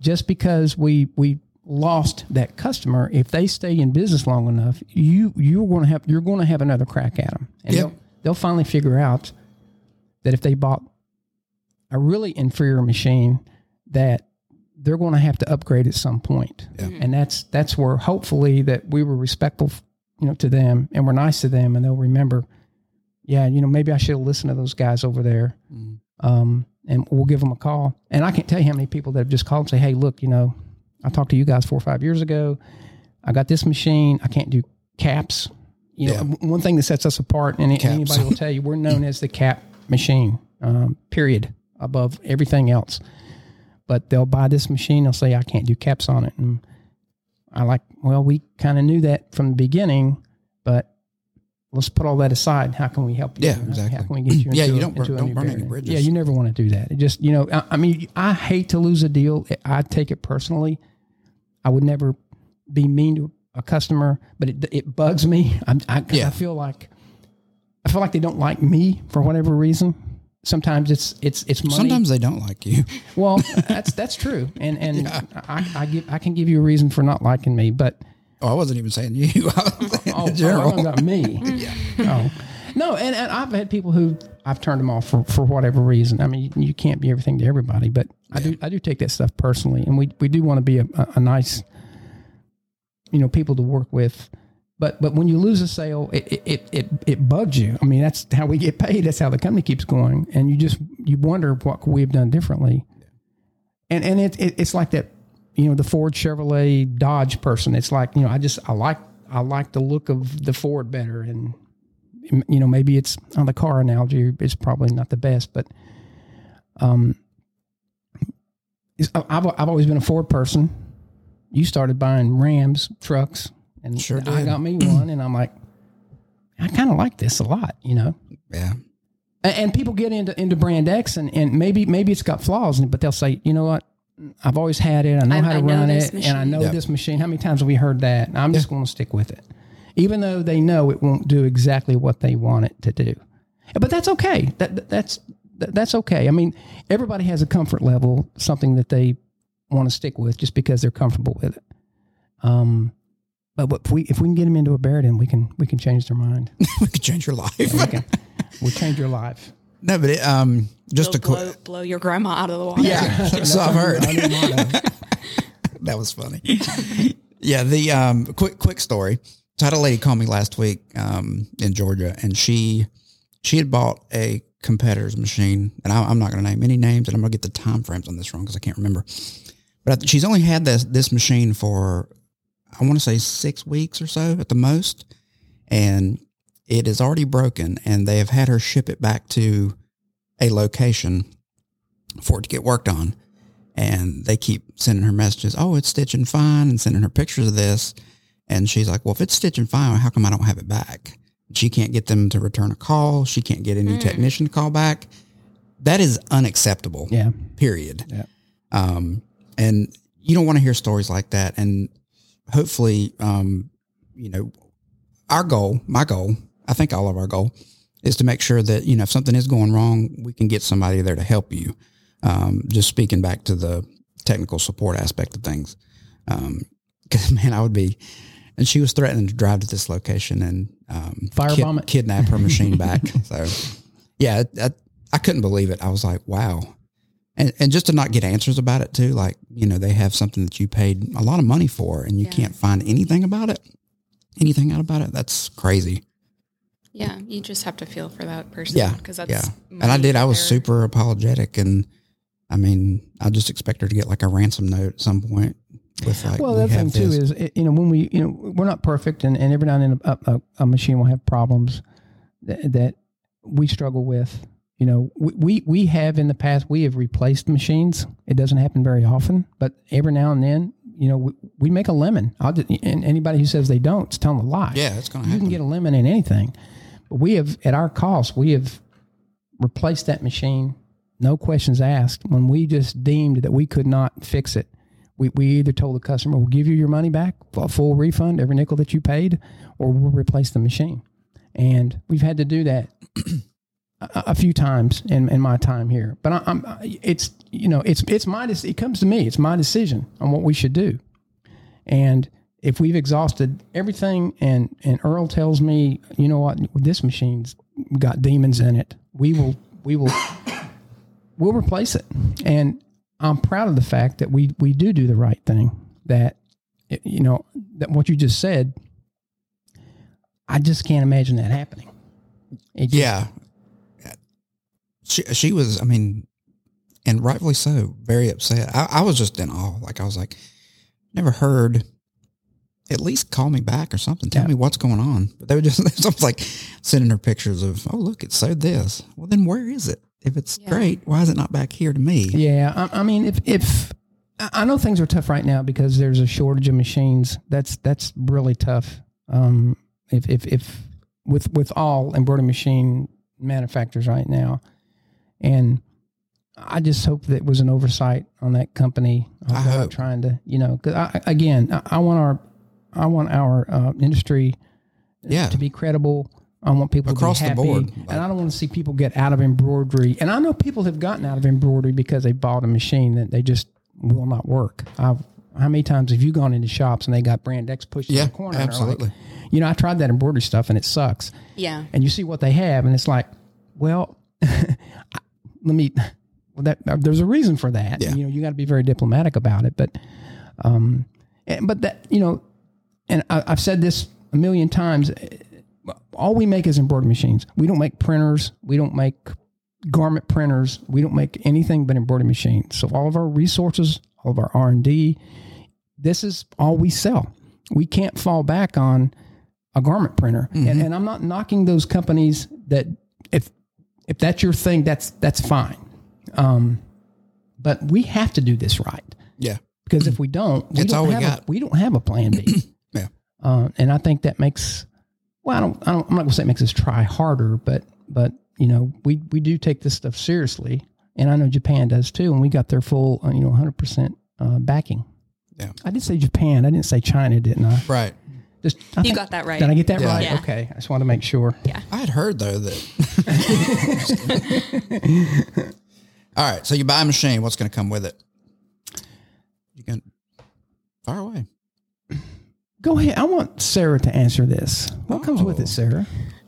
S3: just because we, we, lost that customer if they stay in business long enough you you're going to have you're going to have another crack at them and
S1: Yep.
S3: they'll, they'll finally figure out that if they bought a really inferior machine that they're going to have to upgrade at some point.
S1: Yeah.
S3: And that's that's where hopefully that we were respectful, you know, to them and we're nice to them and they'll remember, yeah, you know, maybe I should have listened to those guys over there.
S1: Mhm.
S3: Um, and we'll give them a call. And I can't tell you how many people that have just called and say, "Hey, look, you know, I talked to you guys four or five years ago. I got this machine. I can't do caps. You know,
S1: Yeah.
S3: w- one thing that sets us apart, and
S1: Caps.
S3: anybody will tell you,
S1: (laughs)
S3: we're known as the cap machine. Um, period. Above everything else, but they'll buy this machine. They'll say, "I can't do caps on it." And I like, well, we kind of knew that from the beginning, but let's put all that aside. How can we help you?
S1: Yeah,
S3: How-
S1: exactly.
S3: How can we get you?
S1: (clears throat)
S3: Into
S1: Yeah, you
S3: a-
S1: don't bur-
S3: into a
S1: don't
S3: new
S1: burn any
S3: barrier?
S1: bridges.
S3: Yeah, you never want to do that. It just you know, I, I mean, I hate to lose a deal. I take it personally. I would never be mean to a customer, but it it bugs me. I'm, I, 'cause
S1: Yeah.
S3: I feel like I feel like they don't like me for whatever reason. Sometimes it's it's it's money.
S1: sometimes they don't like you. (laughs)
S3: well, that's that's true, and and I, I give I can give you a reason for not liking me, but
S1: Oh, I wasn't even saying you. (laughs) I was saying
S3: oh,
S1: in general.
S3: oh,
S1: (laughs)
S3: about me. Oh. No, and, and I've had people who I've turned them off for, for whatever reason. I mean, you, you can't be everything to everybody, but I do I do take that stuff personally, and we, we do want to be a, a, a nice, you know, people to work with. But but when you lose a sale, it it, it it it bugs you. I mean, that's how we get paid. That's how the company keeps going, and you just you wonder what could we have done differently. And and it, it it's like that, you know, the Ford Chevrolet Dodge person. It's like you know, I just I like I like the look of the Ford better, and m- you know, maybe it's on the car analogy, it's probably not the best, but um, it's, I- I've, I've always been a Ford person. You started buying Rams trucks, and
S1: Sure
S3: I
S1: did.
S3: got me one, and I'm like, I kind of like this a lot, you know.
S1: Yeah.
S3: A- And, people get into into brand X, and, and maybe maybe it's got flaws in it, but they'll say, you know what, I've always had it. I know
S2: I-
S3: how to
S2: I know
S3: run
S2: this
S3: it, and I
S2: machine."
S3: know
S1: Yeah.
S3: this machine. How many times have we heard that? And I'm just going to stick with it, even though they know it won't do exactly what they want it to do. But that's okay. That that- that's that, that's okay. I mean, everybody has a comfort level, something that they want to stick with, just because they're comfortable with it. Um. But what- if we if we can get them into a Baradin, we can we can change their mind.
S1: (laughs) we could change your life.
S3: We can, we'll change your life.
S1: (laughs) no, but it, um, just a
S2: They'll blow,
S1: quick.
S2: blow your grandma out of the water. (laughs)
S1: Yeah. (laughs) (laughs) so I've heard. (laughs) that was funny. yeah, the um, quick quick story. So I had a lady call me last week um, in Georgia, and she she had bought a competitor's machine, and I, I'm not going to name any names, and I'm going to get the time frames on this wrong because I can't remember. But I, she's only had this this machine for I want to say six weeks or so at the most, and it is already broken, and they have had her ship it back to a location for it to get worked on and they keep sending her messages. Oh, it's stitching fine, and sending her pictures of this. And she's like, "Well, if it's stitching fine, how come I don't have it back?" She can't get them to return a call. She can't get any technician to call back. That is unacceptable.
S3: Yeah.
S1: Period.
S3: Yeah.
S1: Um, and you don't want to hear stories like that. And hopefully, um, you know, our goal, my goal, I think all of our goal is to make sure that, you know, if something is going wrong, we can get somebody there to help you. Um, just speaking back to the technical support aspect of things. Um, (laughs) 'cause, man, I would be, and she was threatening to drive to this location and, um,
S3: Firebomb it.
S1: kidnap her machine
S3: (laughs)
S1: back. so yeah, I, I couldn't believe it. I was like, wow. And, and just to not get answers about it too, like, you know, they have something that you paid a lot of money for and you
S2: Yeah.
S1: can't find anything about it anything out about it. That's crazy.
S2: Yeah, you just have to feel for that person.
S1: Yeah,
S2: because that's
S1: yeah. And I did. I was
S2: money
S1: super apologetic, and I mean, I just expect her to get like a ransom note at some point. With like,
S3: well,
S1: we
S3: the other thing
S1: have
S3: too
S1: this.
S3: is eh, you know when we you know we're not perfect, and, and every now and then a, a, a machine will have problems that, that we struggle with. You know, we, we we have in the past we have replaced machines. It doesn't happen very often, but every now and then, you know, we, we make a lemon. I'll just, and anybody who says they don't is telling a lie.
S1: yeah, it's gonna
S3: you
S1: happen.
S3: can get a lemon in anything. But we have, at our cost, we have replaced that machine, no questions asked. When we just deemed that we could not fix it, we, we either told the customer, we'll give you your money back, a full refund, every nickel that you paid, or we'll replace the machine. And we've had to do that a, a few times in, in my time here. But I, I'm, it's, you know, it's, it's my, dec- it comes to me, it's my decision on what we should do. And if we've exhausted everything and, and Earl tells me, you know what, this machine's got demons in it, we will, we will, (coughs) we'll replace it. And I'm proud of the fact that we, we do do the right thing that, eh, you know, that what you just said, I just can't imagine that happening. It just-
S1: yeah. She she was. I mean, and rightfully so. Very upset. I, I was just in awe. Like I was like, never heard. At least call me back or something. Tell
S3: Yeah.
S1: me what's going on. But they were just (laughs) it's almost like sending her pictures of, oh look, it sewed this. Well, then where is it? If it's
S2: Yeah.
S1: great, why is it not back here to me?
S3: Yeah, I, I mean, if if I I know things are tough right now because there's a shortage of machines. That's that's really tough. Um, if if if with with all embroidery machine manufacturers right now, and I just hope that it was an oversight on that company.
S1: I
S3: I'm not
S1: hope.
S3: trying to you know 'cause I, I- again I, I want our I want our uh, industry
S1: Yeah.
S3: to be credible. I want people
S1: Across
S3: to
S1: the
S3: be happy,
S1: board,
S3: and
S1: like-
S3: I don't want to see people get out of embroidery. And I know people have gotten out of embroidery because they bought a machine that they just will not work. I've how many times have you gone into shops and they got brand X pushed
S1: Yeah,
S3: in the corner? and are like,
S1: absolutely.
S3: you know, I tried that embroidery stuff and it sucks.
S2: better. Yeah,
S3: And you see what they have, and it's like, well, (laughs) I- let me. Well, that uh, there's a reason for that.
S1: Yeah.
S3: You know, you got to be very diplomatic about it. But, um, and, but that you know, and I, I've said this a million times. eh, All we make is embroidery machines. We don't make printers. We don't make garment printers. We don't make anything but embroidery machines. So all of our resources, all of our R and D, this is all we sell. We can't fall back on a garment printer. And,
S1: Mhm.
S3: and I'm not knocking those companies that if if that's your thing, that's that's fine. Um, but we have to do this right
S1: Yeah.
S3: because if we don't, we
S1: It's
S3: don't
S1: all we
S3: have A,
S1: got.
S3: we don't have a plan B.
S1: (clears throat) Yeah.
S3: Uh, and I think that makes well, I don't, I don't, I'm not gonna say it makes us try harder, but but you know, we we do take this stuff seriously, and I know Japan does too, and we got their full, uh, you know, 100 percent uh, backing.
S1: Yeah.
S3: I did say Japan. I didn't say China, didn't I?
S1: Right.
S3: Just, I
S2: You
S3: think-
S2: got that right.
S3: Did I get that
S1: Yeah.
S3: right?
S2: Yeah.
S3: Okay, I just want to make sure.
S1: I had heard though that. (laughs) All right. So you buy a machine. What's going to come with it? You can fire away.
S3: Go ahead. I want Sarah to answer this. What comes with
S1: Oh.
S3: it, Sarah?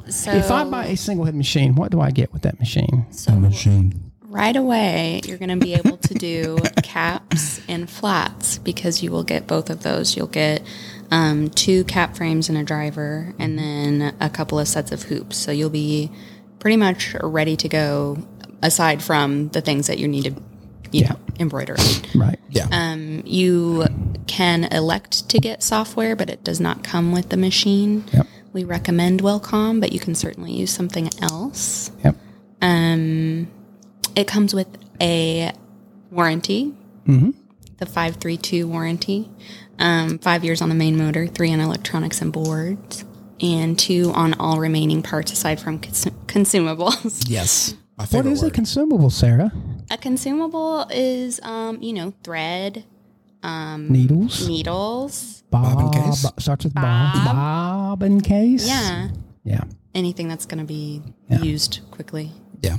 S2: So
S3: if I buy a single head machine, what do I get with that machine?
S2: so
S1: Machine.
S2: right away, you're going to be able to
S3: (laughs)
S2: do caps and flats because you will get both of those. You'll get um, two cap frames and a driver, and then a couple of sets of hoops. So you'll be pretty much ready to go, aside from the things that you need to, you know, embroider.
S3: Right.
S1: Yeah.
S2: Um, you can elect to get software, but it does not come with the machine.
S3: Yep.
S2: We recommend Wellcom, but you can certainly use something else.
S3: Yep.
S2: It comes with a warranty, the 532 warranty, um, five years on the main motor, three on electronics and boards, and two on all remaining parts aside from consu- consumables. (laughs)
S1: yes. My favorite
S3: What is a
S1: word.
S3: consumable, Sarah?
S2: a consumable is, um, you know, thread,
S3: Needles.
S2: needles,
S3: Bob,
S1: and case?
S3: Bob- Starts with Bob. Bob and case.
S2: yeah,
S3: Yeah.
S2: uh, anything that's going to be used quickly.
S1: yeah.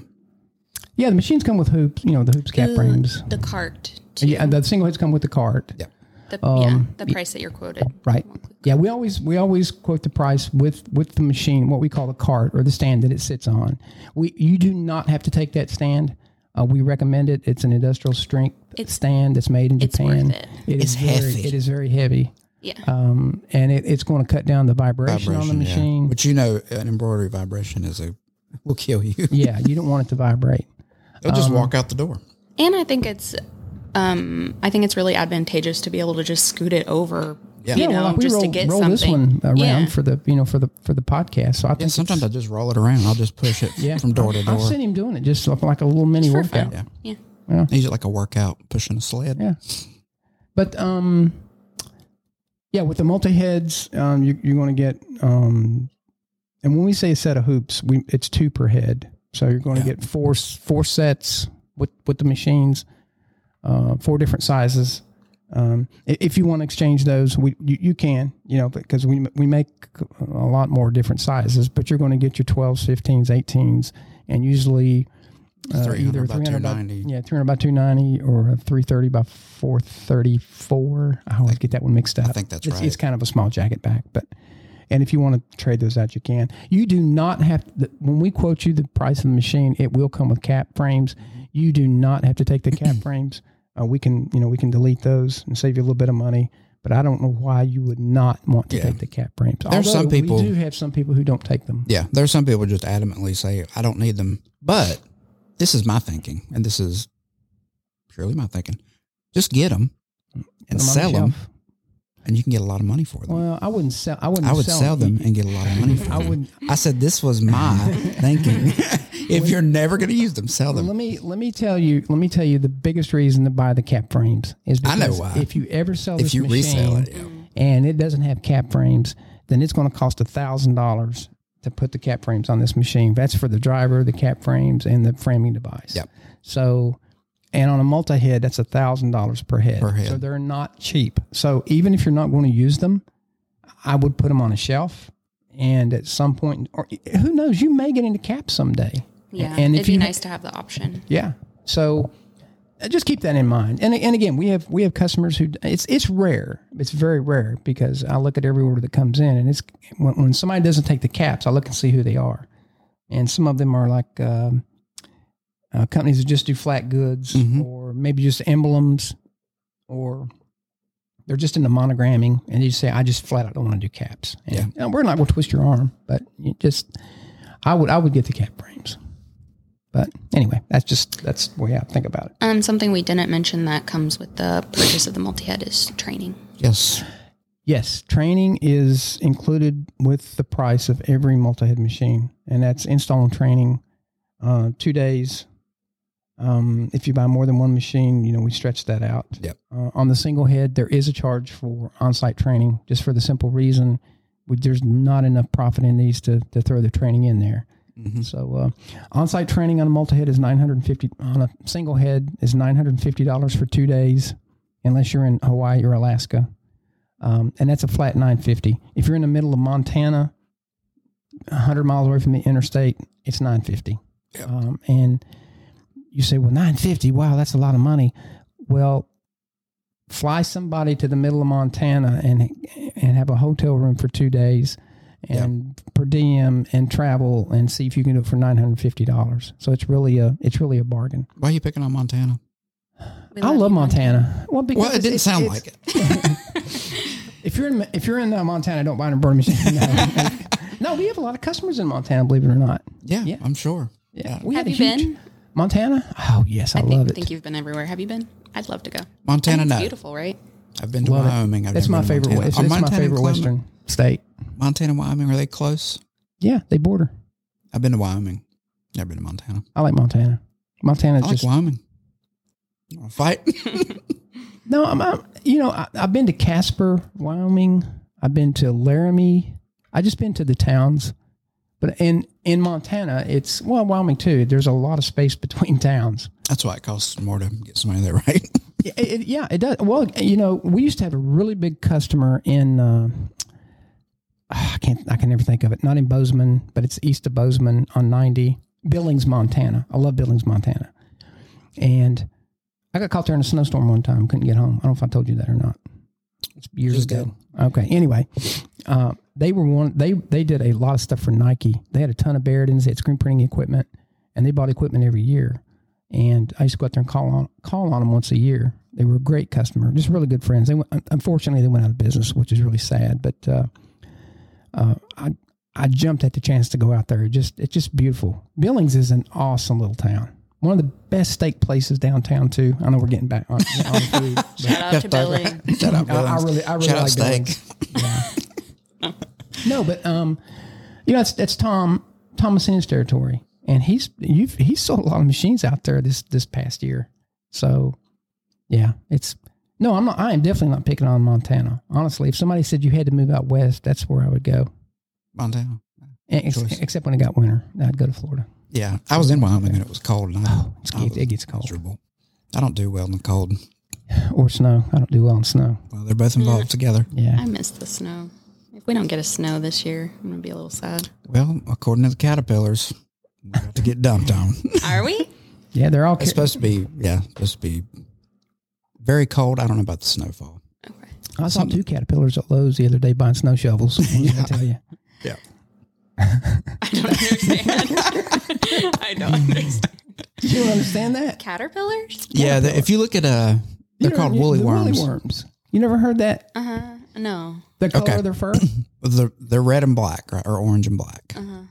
S3: Yeah. The machines come with hoops. You know the hoops cap
S2: The-
S3: frames.
S2: The cart. Too.
S3: Yeah. and The single heads come with the cart.
S1: Yeah.
S2: The, yeah, the price that you're quoted.
S3: Right. Yeah. We always we always quote the price with with the machine, what we call the cart or the stand that it sits on. We you do not have to take that stand. Uh, we recommend it. It's an industrial strength stand that's made in
S2: it's worth
S3: Japan.
S2: it.
S1: It's
S3: very,
S1: heavy.
S3: It is very heavy,
S2: Yeah.
S3: um, and it, it's going to cut down the vibration, on the
S1: Vibration, yeah.
S3: machine.
S1: But you know, an embroidery vibration is a will kill you.
S3: Yeah, Um, you don't want it to vibrate.
S1: They'll just walk out the door.
S2: And I think it's um I think it's really advantageous to be able to just scoot it over.
S1: Yeah.
S2: You
S1: Yeah,
S2: know,
S3: well, like we
S2: just
S3: roll,
S2: to get
S3: roll
S2: something.
S3: this one around
S2: Yeah.
S3: for the you know for the for the podcast. So I think
S1: Yeah. Sometimes I just roll it around. I'll just push it
S3: yeah,
S1: from door to
S3: I've
S1: door.
S3: seen him doing it just like a little mini
S2: for
S3: workout.
S2: fun.
S1: Yeah.
S2: yeah.
S1: Use it like a workout, pushing a sled.
S3: Yeah. But um, yeah, with the multi heads, um, you, you're going to get um, and when we say a set of hoops, we it's two per head, so you're going to
S1: Yeah.
S3: get four s- four sets with with the machines, uh, four different sizes. Um, i- if you want to exchange those, we you, you can, you know, because we we make a lot more different sizes, but you're going to get your 12s, 15s, 18s, and usually uh,
S1: 300
S3: either
S1: by
S3: 300
S1: 290.
S3: yeah, 300 by 290 or a 330 by 434. I always get that one mixed up.
S1: I think that's
S3: it's,
S1: right.
S3: It's kind of a small jacket back, but and if you want to trade those out, you can. You do not have the, when we quote you the price of the machine, it will come with cap frames. You do not have to take
S1: (clears throat)
S3: the cap frames. Uh, we can, you know, we can delete those and save you a little bit of money. But I don't know why you would not want to
S1: Yeah.
S3: take the cap frames.
S1: There's some
S3: Although
S1: people-
S3: We do have some people who don't take them.
S1: Yeah, there are some people just adamantly say, I don't need them. But this is my thinking, and this is purely my thinking. Just get them and
S3: Put 'em on the
S1: sell them,
S3: shelf.
S1: and you can get a lot of money for them.
S3: Well, I wouldn't sell. I wouldn't.
S1: I would sell them and get a lot of
S3: (laughs)
S1: money for
S3: I
S1: them.
S3: would.
S1: I said, This was
S3: (laughs)
S1: my thinking. (laughs) if you're never going to use them, sell them.
S3: Let me let me tell you let me tell you the biggest reason to buy the cap frames is
S1: I
S3: because
S1: know why.
S3: if you ever sell
S1: If
S3: this
S1: you
S3: machine
S1: resell it, yeah.
S3: and it doesn't have cap frames, then it's going to cost a thousand dollars to put the cap frames on this machine. That's for the driver, the cap frames, and the framing device.
S1: Yep.
S3: So, and on a multi head, that's a thousand dollars per head.
S1: Per head.
S3: So they're not cheap. So even if you're not going to use them, I would put them on a shelf. And at some point, or who knows, you may get into cap someday.
S2: Yeah.
S3: And if
S2: It'd be
S3: you-
S2: nice to have the option.
S3: Yeah. So uh, just keep that in mind. And and again, we have we have customers who it's it's rare. It's very rare because I look at every order that comes in, and it's when, when somebody doesn't take the caps, I look and see who they are, and some of them are like. Um, uh, companies that just do flat goods
S1: Mhm.
S3: or maybe just emblems or they're just into monogramming and you say i just flat out don't want to do caps and,
S1: Yeah.
S3: and we're not going to twist your arm but you just i would i would get the cap frames but anyway, that's just that's the way I think about it.
S2: Um, something we didn't mention that comes with the purchase of the multi head is training.
S1: Yes.
S3: Yes, training is included with the price of every multi-head machine, and that's install and training, uh, two days. Um, if you buy more than one machine, you know we stretch that out.
S1: Yep.
S3: Uh, on the single head, there is a charge for on-site training, just for the simple reason we, there's not enough profit in these to to throw the training in there.
S1: Mhm.
S3: So, uh, on-site training on a multi-head is 950 on a single head is $950 for two days, unless you're in Hawaii or Alaska. Um, and that's a flat 950. If you're in the middle of Montana, 100 miles away from the interstate, it's 950.
S1: Yep.
S3: Um, and you say, well, 950, wow, that's a lot of money. Well, fly somebody to the middle of Montana and, and have a hotel room for two days
S1: Yep.
S3: and per diem and travel and see if you can do it for $950. So it's really a, it's really a bargain.
S1: Why are you picking on Montana?
S2: We
S3: I love
S2: you,
S3: Montana. Well, because
S1: Well, it didn't
S3: it's-
S1: sound
S3: it's-
S1: like it.
S3: If you're in if you're in uh, Montana, don't buy an burn machine. (laughs) No. no, we have a lot of customers in Montana. Believe it or not.
S1: Yeah,
S3: Yeah.
S1: I'm sure.
S3: Yeah, we
S2: Have
S3: had a
S2: you
S3: huge-
S2: been?
S3: Montana? Oh yes, I,
S2: I
S3: love
S2: think,
S3: it.
S2: think you've been everywhere. Have you been? I'd love to go.
S1: Montana,
S2: It's
S1: no.
S2: beautiful,
S3: (laughs)
S2: right?
S1: I've been to
S3: Love it.
S1: Wyoming. I've
S3: That's
S1: never been
S3: my
S1: to
S3: favorite.
S1: Montana.
S3: It's,
S1: Are
S3: it's my
S1: Montana
S3: favorite
S1: included?
S3: Western state.
S1: Montana, and Wyoming, are they close?
S3: Yeah, they border.
S1: I've been to Wyoming. Never been to Montana.
S3: I like Montana. Montana's
S1: I like
S3: just
S1: Wyoming. You wanna fight? (laughs)
S3: no. I'm, i you know I, I've been to Casper, Wyoming. I've been to Laramie. I just been to the towns, but in in Montana, it's well Wyoming too. There's a lot of space between (laughs) towns.
S1: That's why it costs more to get somebody there, right? (laughs)
S3: Yeah, it, yeah, it does. Well, you know, we used to have a really big customer in. Uh, ah, I can't. I can never think of it. Not in Bozeman, but it's east of Bozeman on ninety, Billings, Montana. I love Billings, Montana. And I got caught there in a snowstorm one time. Couldn't get home. I don't know if I told you that or not. It's years
S1: Just
S3: ago. Okay. Anyway, uh, they were one. They they did a lot of stuff for Nike. They had a ton of Baradins. They had screen printing equipment, and they bought equipment every year and I used to go out there and call on call on them once a year. They were a great customer, just really good friends. They went, unfortunately they went out of business, which is really sad. But uh, uh, I I jumped at the chance to go out there. It just it's just beautiful. Billings is an awesome little town. One of the best steak places downtown too. I know we're getting back on, on food. but
S2: Shout out to Billy.
S1: Shut up,
S3: I, I
S1: Billings.
S3: really I really
S1: Shout out
S3: like Billings.
S1: steak.
S3: (laughs) No, but um, you know, it's that's Tom Thomasina's territory, and he's you've he's sold a lot of machines out there this this past year. So, yeah, it's no, I'm not. I am definitely not picking on Montana. Honestly, if somebody said you had to move out west, that's where I would go. E,
S1: Montana.
S3: Ex-
S1: Choice.
S3: except when it got winter, I'd go to Florida.
S1: Yeah, I was in Wyoming and it was cold. And I,
S3: Oh, it's,
S1: I
S3: it,
S1: was
S3: it gets cold
S1: miserable. I don't do well in the cold.
S3: or snow. I don't do well in snow.
S1: Well, they're both involved together.
S3: Yeah,
S2: I miss the snow. If we don't get a snow this year, I'm gonna be a little sad.
S1: Well, according to the caterpillars, we got to get dumped on. (laughs)
S2: Are we?
S3: yeah, they're all.
S1: it's
S3: ca-
S1: supposed to be, yeah, supposed to be very cold. I don't know about the snowfall.
S2: Okay.
S3: I saw two caterpillars at Lowe's the other day buying
S1: (laughs)
S3: snow shovels. What did I tell you?
S1: Yeah.
S2: I don't understand. (laughs) I don't understand.
S3: You don't understand
S2: (laughs)
S3: that?
S2: Caterpillars?
S1: Yeah, the, if you look at uh, they're
S3: You
S1: called
S3: never-
S1: woolly
S3: the
S1: worms.
S3: Woolly worms. You never heard that?
S2: Uh huh. No.
S3: The color
S1: Okay.
S3: of their fur?
S1: They're, they're red and black right, or orange and black.
S2: Uh-huh.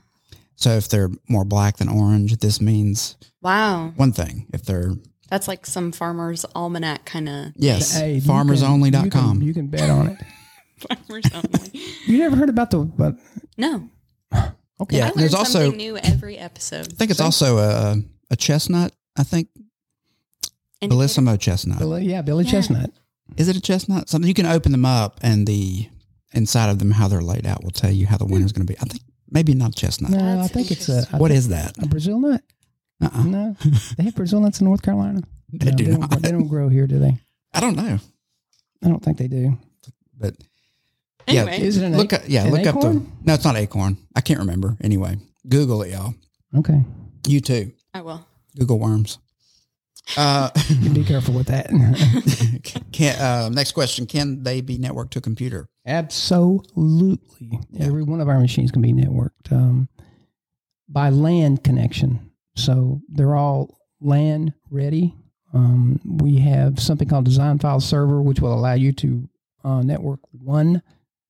S1: So if they're more black than orange, this means
S2: Wow.
S1: one thing. If they're
S2: That's like some farmer's almanac kind of
S1: (clears throat) yes,
S3: Hey, you can- you can-
S1: farmersonly.com.
S3: You can bet on it.
S2: farmer's only.
S3: You never heard about the but
S2: No.
S3: okay.
S1: Yeah,
S2: I
S1: and
S2: learn
S1: there's also-
S2: something new every episode.
S1: I think it's also a a chestnut. I think bellissimo chestnut.
S3: Billy, yeah, Billy
S2: Yeah.
S3: Chestnut.
S1: Is it a chestnut? Something you can open them up and the inside of them how they're laid out will tell you how the winter's going to be. I think maybe not chestnut.
S3: No, I
S2: That's
S3: think it's a I
S1: What
S3: think
S1: is that?
S3: a Brazil nut?
S1: Uh-uh.
S3: No. They have Brazil nuts in North Carolina.
S1: (laughs) They
S3: No,
S1: do
S3: don't,
S1: not.
S3: they don't grow here, do they?
S1: (laughs) I don't know,
S3: I don't think they do.
S1: but
S2: Anyway.
S3: Is it an
S1: look,
S3: ac-
S1: up yeah,
S3: an
S1: look up
S3: acorn?
S1: the. No, it's not acorn. I can't remember. Anyway, Google it, y'all.
S3: Okay.
S1: You too.
S2: I will.
S1: Google worms.
S3: (laughs)
S1: Uh, (laughs)
S3: Be careful with that. (laughs)
S1: can, uh, next question: Can they be networked to a computer?
S3: Absolutely.
S1: Yeah.
S3: Every one of our machines can be networked um, by LAN connection. So they're all LAN ready. Um, we have something called Design File Server, which will allow you to uh, network one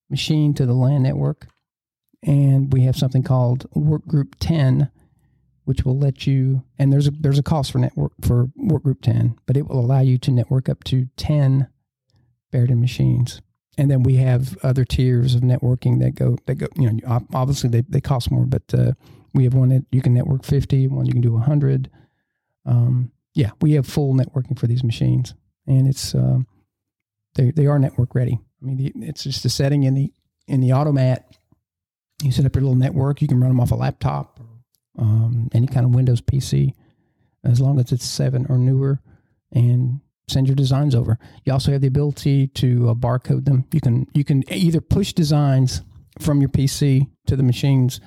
S3: machine to the LAN network. And we have something called Workgroup 10, which will let you, and there's a, there's a cost for network for Workgroup 10, but it will allow you to network up to 10 Faraday machines and then we have other tiers of networking that go that go. You know, ob- obviously they, they cost more, but uh, we have one that you can network fifty, one you can do hundred. Um, yeah, we have full networking for these machines, and it's um, they they are network ready. I mean, the, it's just the setting in the in the automat. You set up your little network. You can run them off a laptop or um, any kind of Windows PC, as long as it's seven or newer, and send your designs over. You also have the ability to uh, barcode them. You can you can either push designs from your PC to the machines.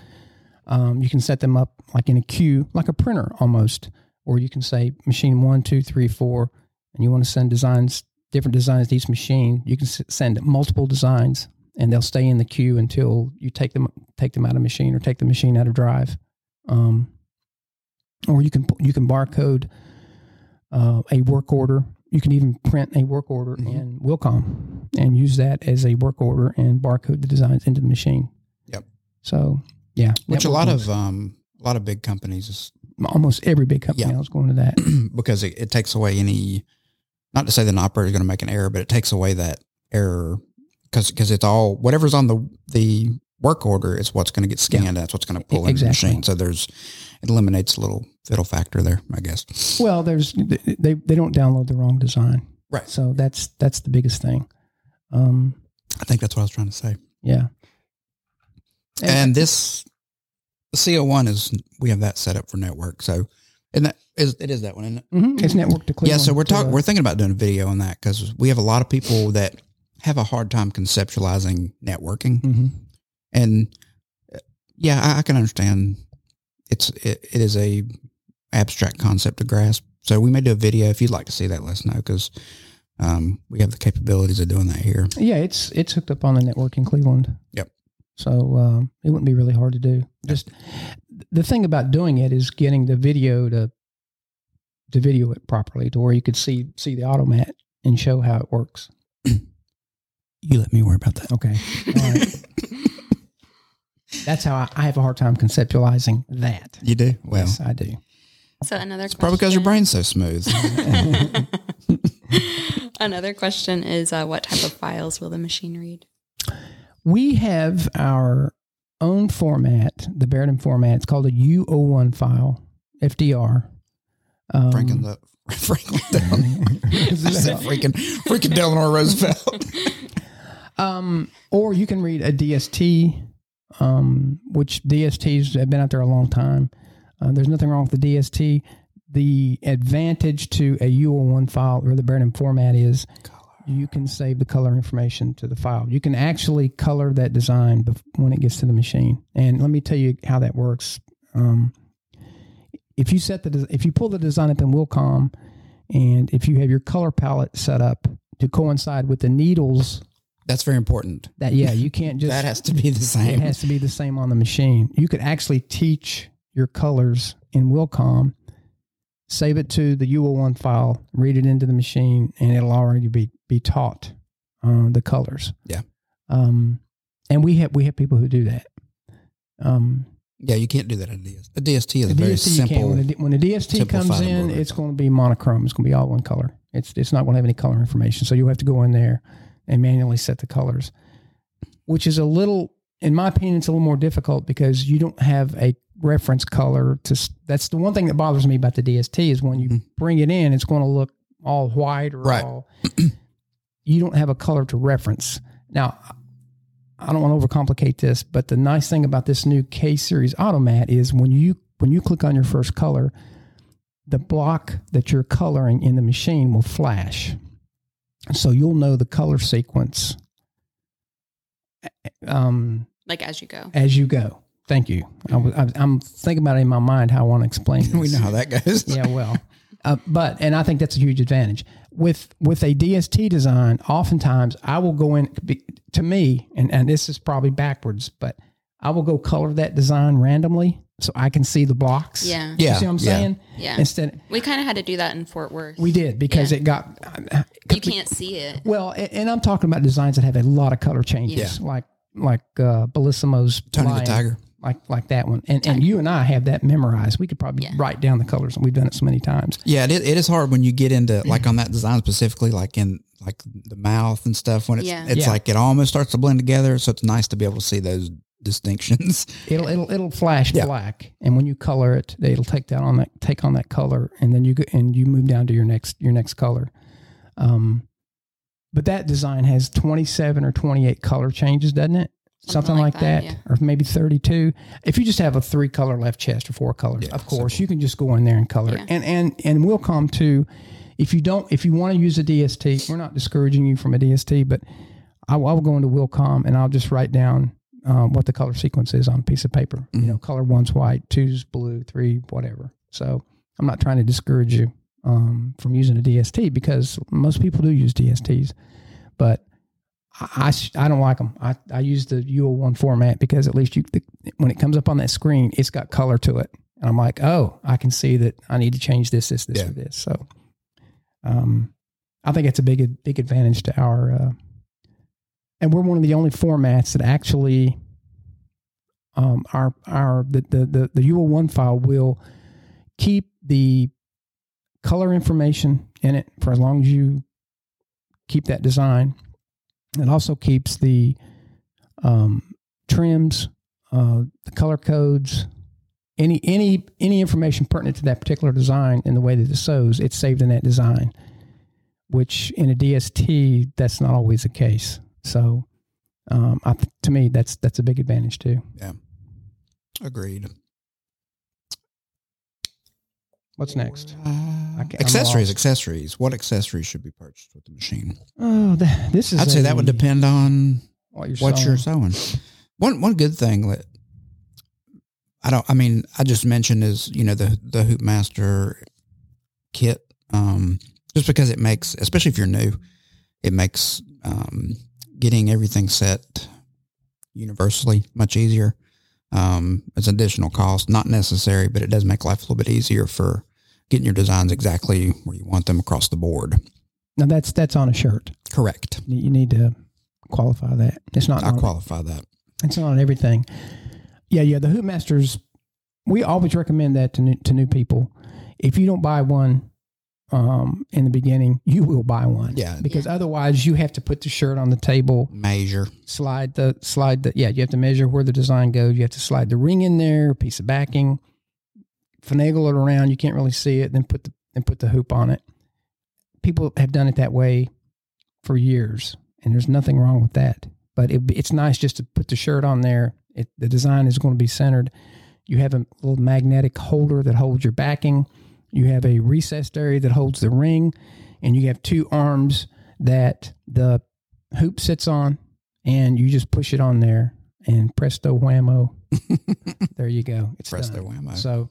S3: Um, you can set them up like in a queue, like a printer almost, or you can say machine one, two, three, four, and you want to send designs, different designs to each machine. You can s- send multiple designs, and they'll stay in the queue until you take them take them out of machine or take the machine out of drive. Um, or you can you can barcode uh, a work order. You can even print a work order
S1: Mhm.
S3: in Wilcom and use that as a work order and barcode the designs into the machine.
S1: Yep.
S3: So yeah,
S1: Which a lot
S3: networking
S1: of um, a lot of big companies is (clears throat)
S3: almost every big company
S1: Yeah.
S3: now is going to that.
S1: because it, it takes away any. Not to say that an operator is going to make an error, but it takes away that error because it's all whatever's on the the work order is what's going to get scanned. That's what's going to pull into the
S3: E-, Exactly.
S1: machine. So there's it eliminates a little fiddle factor there, I guess.
S3: Well, there's they they don't download the wrong design,
S1: Right.
S3: So that's that's the biggest thing. Um,
S1: I think that's what I was trying to say.
S3: yeah, And-
S1: And this CO1 is we have that set up for network. So and that is it is that one. Isn't it?
S3: hmm it's network to
S1: yeah. So
S3: Cleveland,
S1: we're
S3: to,
S1: talking.
S3: uh,
S1: We're thinking about doing a video on that because we have a lot of people that have a hard time conceptualizing networking.
S3: mhm.
S1: And uh, yeah, I, I can understand. It's it, it is a abstract concept to grasp. So we may do a video if you'd like to see that. Let us know because um, we have the capabilities of doing that here.
S3: Yeah, it's it's hooked up on the network in Cleveland.
S1: Yep.
S3: So um, it wouldn't be really hard to do. Just the thing about doing it is getting the video to to video it properly to where you could see see the automat and show how it works.
S1: You let me worry about that.
S3: Okay. All right. That's how I, I have a hard time conceptualizing that.
S1: You do well.
S3: yes, I do.
S2: So another
S1: It's probably because your
S2: question-
S1: brain's so (laughs) smooth.
S2: (laughs) another question is uh, what type of files will the machine read?
S3: We have our own format, the Baradin format. It's called a U01 file, FDR. Um,
S1: Franklin, the, (laughs) Franklin Delano.
S3: (laughs)
S1: I said freaking, freaking Delano Roosevelt.
S3: Um, or you can read a DST, um, which DSTs have been out there a long time. Uh, there's nothing wrong with the DST. The advantage to a UL1 file or the Baradin format is you can save the color information to the file. You can actually color that design bef- when it gets to the machine. And let me tell you how that works. Um, if you set the des- if you pull the design up in Wilcom, and if you have your color palette set up to coincide with the needles,
S1: That's very important.
S3: that yeah, you can't just
S1: that has to be the
S3: it
S1: same.
S3: has to be the same on the machine. You could actually teach your colors in Wilcom, save it to the UL1 file, read it into the machine, and it'll already be be taught uh, the colors.
S1: Yeah.
S3: Um, and we have we have people who do that. Um,
S1: yeah, you can't do that in a DST. A DST is
S3: the
S1: a very
S3: DST you can.
S1: simple.
S3: When the, when the DST comes
S1: simplified
S3: in,
S1: embroidery.
S3: it's going to be monochrome. It's going to be all one color. It's it's not going to have any color information. So you'll have to go in there and manually set the colors, which is a little, in my opinion, it's a little more difficult because you don't have a reference color to. s- That's the one thing that bothers me about the DST is when you
S1: Mhm.
S3: bring it in, it's going to look all white or
S1: Right.
S3: all. (clears throat) you don't have a color to reference now. I don't want to overcomplicate this, but the nice thing about this new K series automat is when you when you click on your first color, the block that you're coloring in the machine will flash. So you'll know the color sequence um,
S2: Like as you go.
S3: as you go. Thank you. I was, I, I'm thinking about it in my mind how I want to explain
S1: (laughs)
S3: this
S1: we know how that goes.
S3: yeah, well, uh, but and I think that's a huge advantage with with a DST design. Oftentimes, I will go in be- to me, and and this is probably backwards, but I will go color that design randomly so I can see the blocks.
S2: Yeah.
S1: (laughs) Yeah,
S3: you see what I'm
S1: yeah.
S3: saying?
S2: Yeah.
S3: Instead,
S2: We kind of had to do that in Fort Worth.
S3: we did because
S2: Yeah.
S3: it got uh,
S2: You can't see it.
S3: well, and, and I'm talking about designs that have a lot of color changes, like like uh, Bellissimo's
S1: Tony
S3: Lion,
S1: the Tiger.
S3: Like like that one, and and you and I have that memorized. We could probably
S2: Yeah.
S3: write down the colors, and we've done it so many times.
S1: Yeah, it, it is hard when you get into like on that design specifically, like in like the mouth and stuff when it's
S2: Yeah.
S1: it's
S3: Yeah.
S1: like it almost starts to blend together. So it's nice to be able to see those distinctions. (laughs)
S3: It'll it'll it'll flash
S1: Yeah.
S3: black, and when you color it, it'll take that on that take on that color, and then you go and you move down to your next your next color. Um, but that design has twenty seven or twenty eight color changes, doesn't it? Something, like, that,
S2: yeah.
S3: or maybe thirty two. If you just have a three color left chest or four colors,
S1: Yeah,
S3: of course you can just go in there and color
S2: Yeah.
S3: it, and and and we'll come to. If you don't, if you want to use a DST, we're not discouraging you from a DST, but I, will- I will go into Willcom and I'll just write down um, what the color sequence is on a piece of paper. You know, color one's white, two's blue, three, whatever. So I'm not trying to discourage you um, from using a DST because most people do use DSTs, but I, I, sh- I don't like them. I, I use the UL1 format because at least you the, when it comes up on that screen, it's got color to it. And I'm like, oh, I can see that I need to change this, this, this,
S1: Yeah.
S3: or this. So um, I think it's a big, big advantage to our uh, and we're one of the only formats that actually um, our our the the the, the UL one file will keep the color information in it for as long as you keep that design. It also keeps the um, trims, uh, the color codes, any any any information pertinent to that particular design and the way that it sews. It's saved in that design, which in a DST that's not always the case. So, um, I, th- to me, that's that's a big advantage too.
S1: Agreed.
S3: What's next?
S1: Uh,
S3: can't- I'm
S1: accessories,
S3: lost.
S1: accessories. What accessories should be purchased with the machine?
S3: Oh, th- this is.
S1: I'd say that
S3: a-
S1: would depend on
S3: What you're
S1: what you're sewing. One one good thing that I don't I mean, I just mentioned is, you know, the the Hoop Master kit. Um just because it makes especially if you're new, it makes um getting everything set universally much easier. Um it's additional cost, not necessary, but it does make life a little bit easier for getting your designs exactly where you want them across the board.
S3: No, that's that's on a shirt.
S1: Correct.
S3: You you need to qualify that. It's not.
S1: I
S3: on,
S1: qualify that.
S3: It's not on everything. Yeah, yeah. The Hoop Masters. We always recommend that to new, to new people. If you don't buy one um, in the beginning, you will buy one.
S1: Yeah.
S3: Because otherwise, you have to put the shirt on the table
S1: Measure.
S3: slide the slide the yeah you have to measure where the design goes you have to slide the ring in there piece of backing finagle it around you can't really see it then put the then put the hoop on it people have done it that way for years and there's nothing wrong with that but it, it's nice just to put the shirt on there it, the design is going to be centered you have a little magnetic holder that holds your backing you have a recessed area that holds the ring and you have two arms that the hoop sits on and you just push it on there and presto whammo there you go it's
S1: Press
S3: done.
S1: their whammo.
S3: so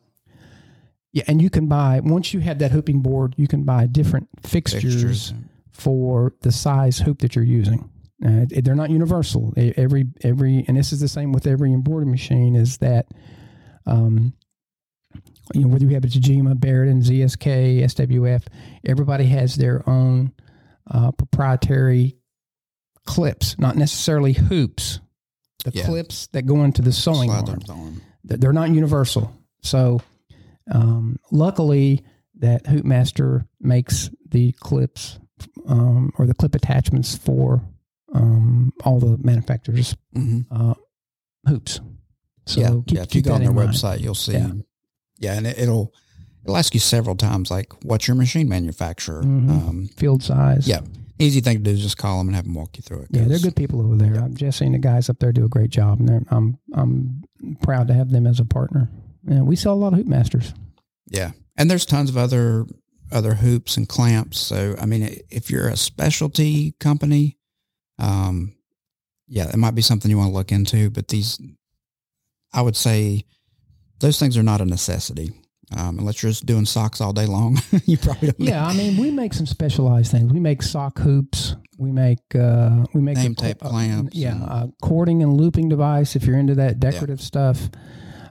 S3: yeah and you can buy once you have that hooping board you can buy different fixtures
S1: Fixtures.
S3: for the size hoop that you're using. Uh, it- they're not universal. E- Every every and this is the same with every embroidery machine is that um, you know whether you have a Tajima, Barrett, and ZSK, SWF, everybody has their own uh, proprietary clips, not necessarily hoops. The
S1: Yeah.
S3: clips that go into the sewing
S1: Slide
S3: arm
S1: the arm.
S3: th- they're not universal. So, um, luckily, that Hoopmaster makes the clips um, or the clip attachments for um, all the manufacturers'
S1: Mm-hmm.
S3: uh, hoops. So
S1: yeah,
S3: keep,
S1: yeah. If
S3: keep
S1: you go
S3: that
S1: on their
S3: in mind.
S1: website, you'll see. Yeah,
S3: Yeah.
S1: and it, it'll it'll ask you several times, like, "What's your machine manufacturer?"
S3: Mhm.
S1: Um,
S3: field size.
S1: yeah, easy thing to do is just call them and have them walk you through it.
S3: Yeah, they're
S1: 'cause
S3: good people over there. I'm just seeing the guys up there do a great job, and they're, I'm I'm proud to have them as a partner. And we sell a lot of hoop masters.
S1: Yeah, and there's tons of other other hoops and clamps. So I mean, i- if you're a specialty company, um, yeah, it might be something you want to look into. But these, I would say, those things are not a necessity. Um, unless you're just doing socks all day long, (laughs) you probably don't need
S3: Yeah,
S1: (laughs)
S3: I mean, we make some specialized things. We make sock hoops. We make uh, we make
S1: Name
S3: a cor-
S1: tape
S3: uh,
S1: clamps
S3: yeah,
S1: and-
S3: a cording and looping device. If you're into that decorative stuff,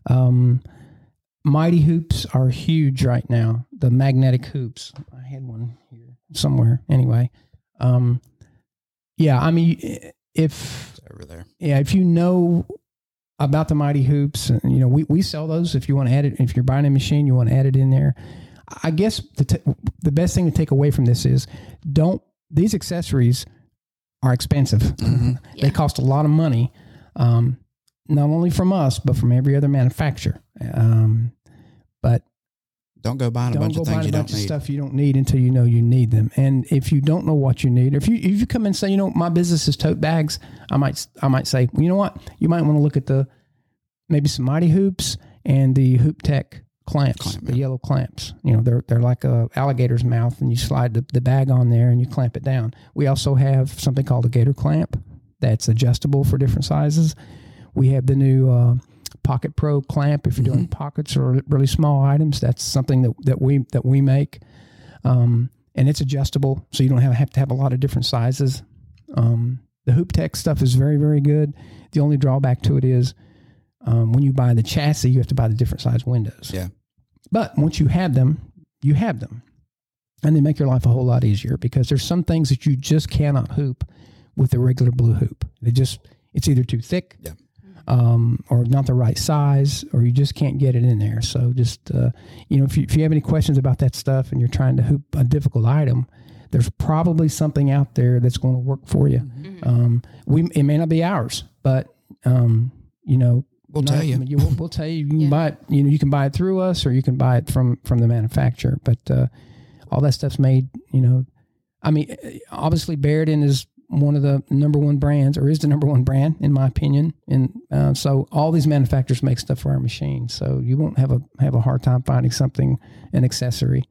S3: um, mighty hoops are huge right now. The magnetic hoops. I had one here somewhere. Anyway, um, yeah, I mean, if
S1: over there.
S3: yeah, if you know about the Mighty Hoops, and, you know we, we sell those. If you want to add it, if you're buying a machine, you want to add it in there. I guess the t- the best thing to take away from this is don't these accessories are expensive.
S1: Mhm.
S3: (laughs) They
S2: Yeah.
S3: cost a lot of money, um, not only from us but from every other manufacturer. Um, but
S1: Don't go buying a
S3: don't
S1: bunch
S3: go
S1: of things
S3: buying
S1: you
S3: a
S1: don't
S3: bunch of
S1: need.
S3: stuff you don't need until you know you need them. And if you don't know what you need, or if you if you come and say, you know, my business is tote bags, I might I might say, you know what, you might want to look at the maybe some mighty hoops and the hoop tech clamps,
S1: Clamp,
S3: the
S1: yeah.
S3: yellow clamps. You know, they're they're like a alligator's mouth, and you slide the, the bag on there and you clamp it down. We also have something called a gator clamp that's adjustable for different sizes. We have the new uh, Pocket Pro clamp if you're doing pockets or really small items. That's something that, that we that we make, um, and it's adjustable, so you don't have, have to have a lot of different sizes. Um, the Hoop Tech stuff is very very good. The only drawback to it is um, when you buy the chassis, you have to buy the different size windows.
S1: Yeah.
S3: But once you have them, you have them. And they make your life a whole lot easier because there's some things that you just cannot hoop with the regular blue hoop. They just, it's either too thick
S1: Yeah.
S3: um, or not the right size, or you just can't get it in there. So just, uh, you know, if you, if you have any questions about that stuff and you're trying to hoop a difficult item, there's probably something out there that's going to work for you.
S1: Mm-hmm.
S3: Um, we, it may not be ours, but, um, you know,
S1: We'll
S3: no,
S1: tell
S3: I
S1: you.
S3: mean, we'll, we'll tell you. You can
S2: Yeah.
S3: buy it. You know, you can buy it through us, or you can buy it from from the manufacturer. But uh, all that stuff's made. You know, I mean, eh, obviously, Bearden is one of the number one brands, or is the number one brand in my opinion. And uh, so, all these manufacturers make stuff for our machines, so you won't have a have a hard time finding something an accessory.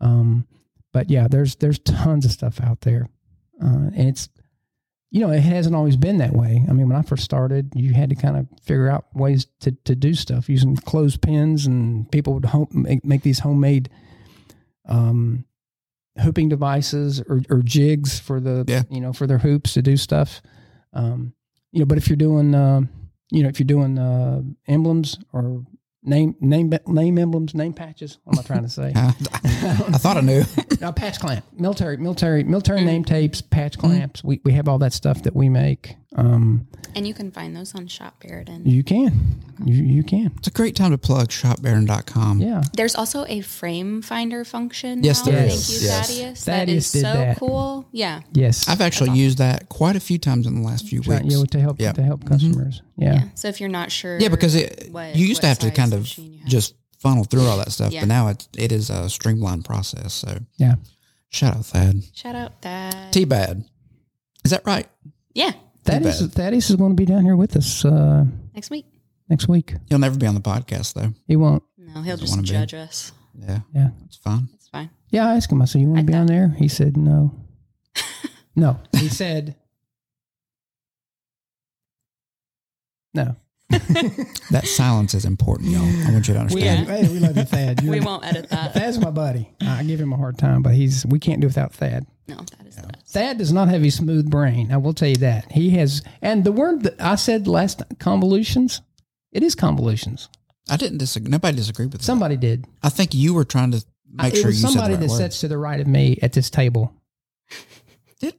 S3: Um, but yeah, there's there's tons of stuff out there, uh, and it's you know, it hasn't always been that way. I mean, when I first started, you had to kind of figure out ways to, to do stuff using closed pins, and people would home, make, make these homemade um, hooping devices or, or jigs for the
S1: Yeah.
S3: you know for their hoops to do stuff. Um, you know, but if you're doing um you know if you're doing uh, emblems or name name name emblems, name patches, what am I trying to say?
S1: (laughs) I, I thought I
S3: (laughs)
S1: knew.
S3: Now, Uh, patch clamp, military, military,
S2: Mm-hmm.
S3: military name tapes, patch clamps. We, we have all that stuff that we make. Um,
S2: And you can find those on Shop Bearden.
S3: you can, you you can.
S1: It's a great time to plug shopbaron.com.
S3: Yeah,
S2: There's also a frame finder function.
S1: Yes,
S2: now.
S3: there
S2: Thank
S1: is.
S2: you,
S1: Yes.
S2: Thaddeus. That
S3: Thaddeus
S2: is
S3: did
S2: so
S3: that.
S2: cool. Yeah.
S3: yes.
S1: I've actually used that quite a few times in the last few
S3: Trying,
S1: weeks.
S3: you know, to help
S1: Yeah.
S3: to help customers. Yeah.
S2: Yeah. So if you're not sure,
S1: Yeah, because it
S2: what-
S1: you used to
S2: what
S1: have to
S2: size
S1: kind of
S2: machine you have.
S1: just funnel through all that stuff,
S2: Yeah.
S1: but now it it is a streamlined process. So
S3: yeah,
S1: shout out Thad.
S2: shout out that.
S1: T bad. Is that right?
S2: yeah.
S3: Thaddeus,
S1: bad.
S3: Thaddeus is going to be down here with us uh,
S2: Next week.
S3: next week.
S1: He'll never be on the podcast though.
S3: He won't.
S2: No, he'll
S1: Doesn't wanna
S2: just
S1: be.
S2: judge us.
S1: Yeah.
S3: Yeah,
S1: It's fine.
S2: It's fine.
S3: yeah. I asked him. I said, "You want
S2: I
S3: to be
S2: thought-
S3: on there?" He
S2: (laughs)
S3: said, "No, no." He said, "No."
S1: That silence is important, y'all. I want you to
S3: (laughs) We,
S1: understand.
S3: hey, we love
S2: (laughs)
S3: you, Thad. You're-
S2: We won't edit
S1: (laughs)
S2: that.
S3: Thad's my buddy. I give him a hard time, but he's we can't do without Thad.
S2: No, that is the best.
S3: Thad does not have a smooth brain. I will tell you that. He has, and the word that I said last convolutions, it is convolutions.
S1: I didn't disagree. Nobody disagreed with that.
S3: Somebody did.
S1: I think you were trying to make
S3: I- it
S1: sure you
S3: was
S1: said the
S3: somebody
S1: right
S3: that
S1: word.
S3: sits to the right of me at this table.
S1: Did-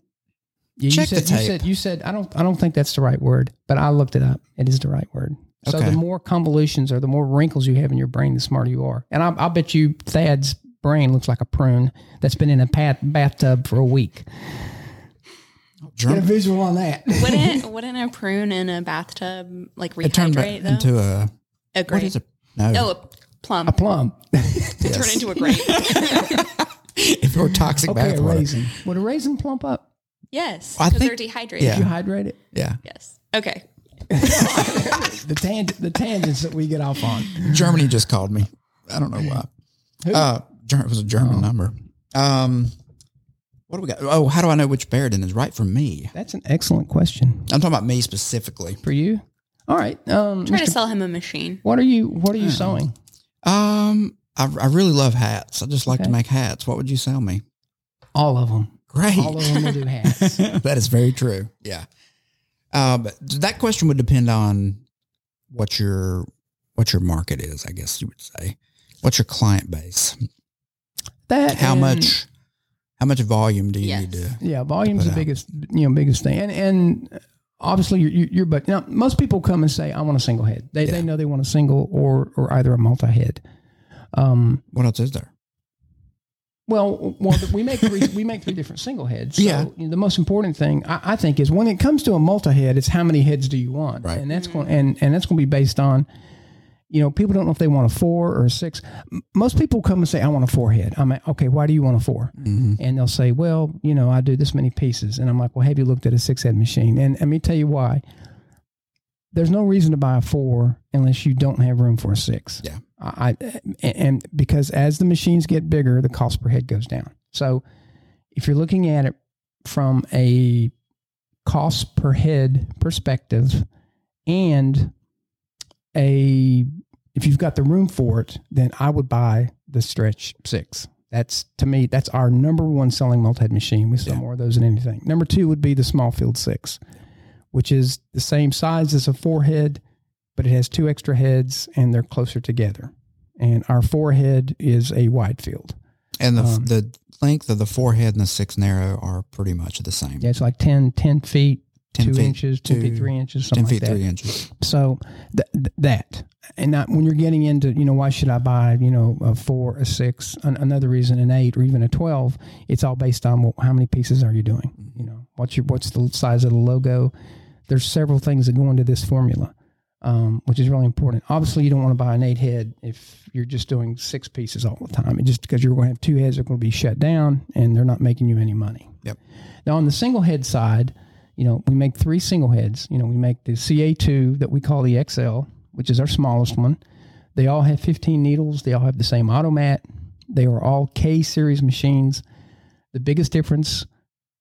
S3: Yeah, you
S1: Check the
S3: said,
S1: tape.
S3: You said, you said, I don't, I don't think that's the right word, but I looked it up. It is the right word. So
S1: Okay.
S3: the more convolutions or the more wrinkles you have in your brain, the smarter you are. And I, I bet you Thad's brain looks like a prune that's been in a pat, bathtub for a week.
S1: Drunk-
S3: visual on (laughs) that.
S2: Wouldn't
S1: (laughs)
S2: wouldn't a prune in a bathtub like
S1: it turned back
S2: rehydrate though?
S1: into a
S2: a
S1: what
S2: grape.
S1: is a no.
S2: oh, a plum.
S3: a plum.
S2: It turned into a grape.
S1: (laughs) if you're toxic
S3: Okay,
S1: bath
S3: a
S1: water.
S3: raisin. Would a raisin plump up?
S2: yes,
S1: I
S2: because they're
S1: think-
S2: dehydrated.
S1: yeah.
S3: You hydrate it.
S1: Yeah.
S2: Yes. Okay.
S3: The tan- the tangents that we get off on.
S1: Germany just called me. I don't know why. Uh, Ger- it was a
S3: Oh.
S1: German number. Um, what do we got? Oh, how do I know which Baradin is right for me?
S3: That's an excellent question
S1: I'm talking about me specifically.
S3: for you. All right. Um,
S2: Try
S3: Mr.
S2: to sell him a machine.
S3: what are you? What are you
S1: Hmm.
S3: sewing?
S1: Um, I, I really love hats. I just like to
S3: Okay.
S1: make hats. What would you sell me?
S3: All
S1: (laughs)
S3: of them.
S1: Great.
S3: All of them will
S1: (laughs)
S3: do hats.
S1: that is very true. Yeah. Uh, but that question would depend on what your what your market is, I guess you would say. What's your client base?
S3: That
S1: How
S3: and-
S1: much how much volume do you
S2: Yes.
S1: need to
S3: Yeah, volume's the
S1: Put out.
S3: biggest. You know, biggest thing. And and obviously, you're, you're, you're but now most people come and say, "I want a single head." They
S1: Yeah.
S3: they know they want a single or or either a multi head. Um,
S1: what else is there?
S3: Well, well, we
S1: (laughs)
S3: make three, we make three different single heads. So
S1: Yeah.
S3: you know, the most important thing I, I think is when it comes to a multi-head, it's how many heads do you want,
S1: Right.
S3: and that's going and and that's going to be based on, you know, people don't know if they want a four or a six. M- Most people come and say, "I want a four head." I'm like, "Okay, why do you want a 4
S1: Mm-hmm.
S3: And they'll say, "Well, you know, I do this many pieces," and I'm like, "Well, have you looked at a six head machine?" And let me tell you why. There's no reason to buy a four unless you don't have room for a six.
S1: Yeah.
S3: I and- and because as the machines get bigger, the cost per head goes down. So if you're looking at it from a cost per head perspective and a if you've got the room for it, then I would buy the stretch six. That's to me, that's our number one selling multi-head machine. We sell
S1: Yeah.
S3: more of those than anything. Number two would be the small field six, which is the same size as a four head, but it has two extra heads and they're closer together. And our four head is a wide field.
S1: And the,
S3: Um,
S1: the length of the forehead and the six narrow are pretty much the same.
S3: Yeah, it's like 10, 10 feet,
S1: 10
S3: two
S1: feet,
S3: inches, two,
S1: two-
S3: feet, three inches,
S1: 10
S3: something
S1: feet,
S3: like that.
S1: 3 inches. (laughs)
S3: So th- th- that, and not when you're getting into, you know, why should I buy, you know, a four, a six, an- another reason, an eight, or even a twelve? It's all based on well, how many pieces are you doing? You know, what's your what's the size of the logo? There's several things that go into this formula, um, which is really important. Obviously, you don't want to buy an eight head if you're just doing six pieces all the time, and just because you're going to have two heads that are going to be shut down and they're not making you any money.
S1: Yep.
S3: Now on the single head side, you know, we make three single heads. You know, we make the CA2 that we call the XL, which is our smallest one. They all have 15 needles. They all have the same automat. They are all K series machines. The biggest difference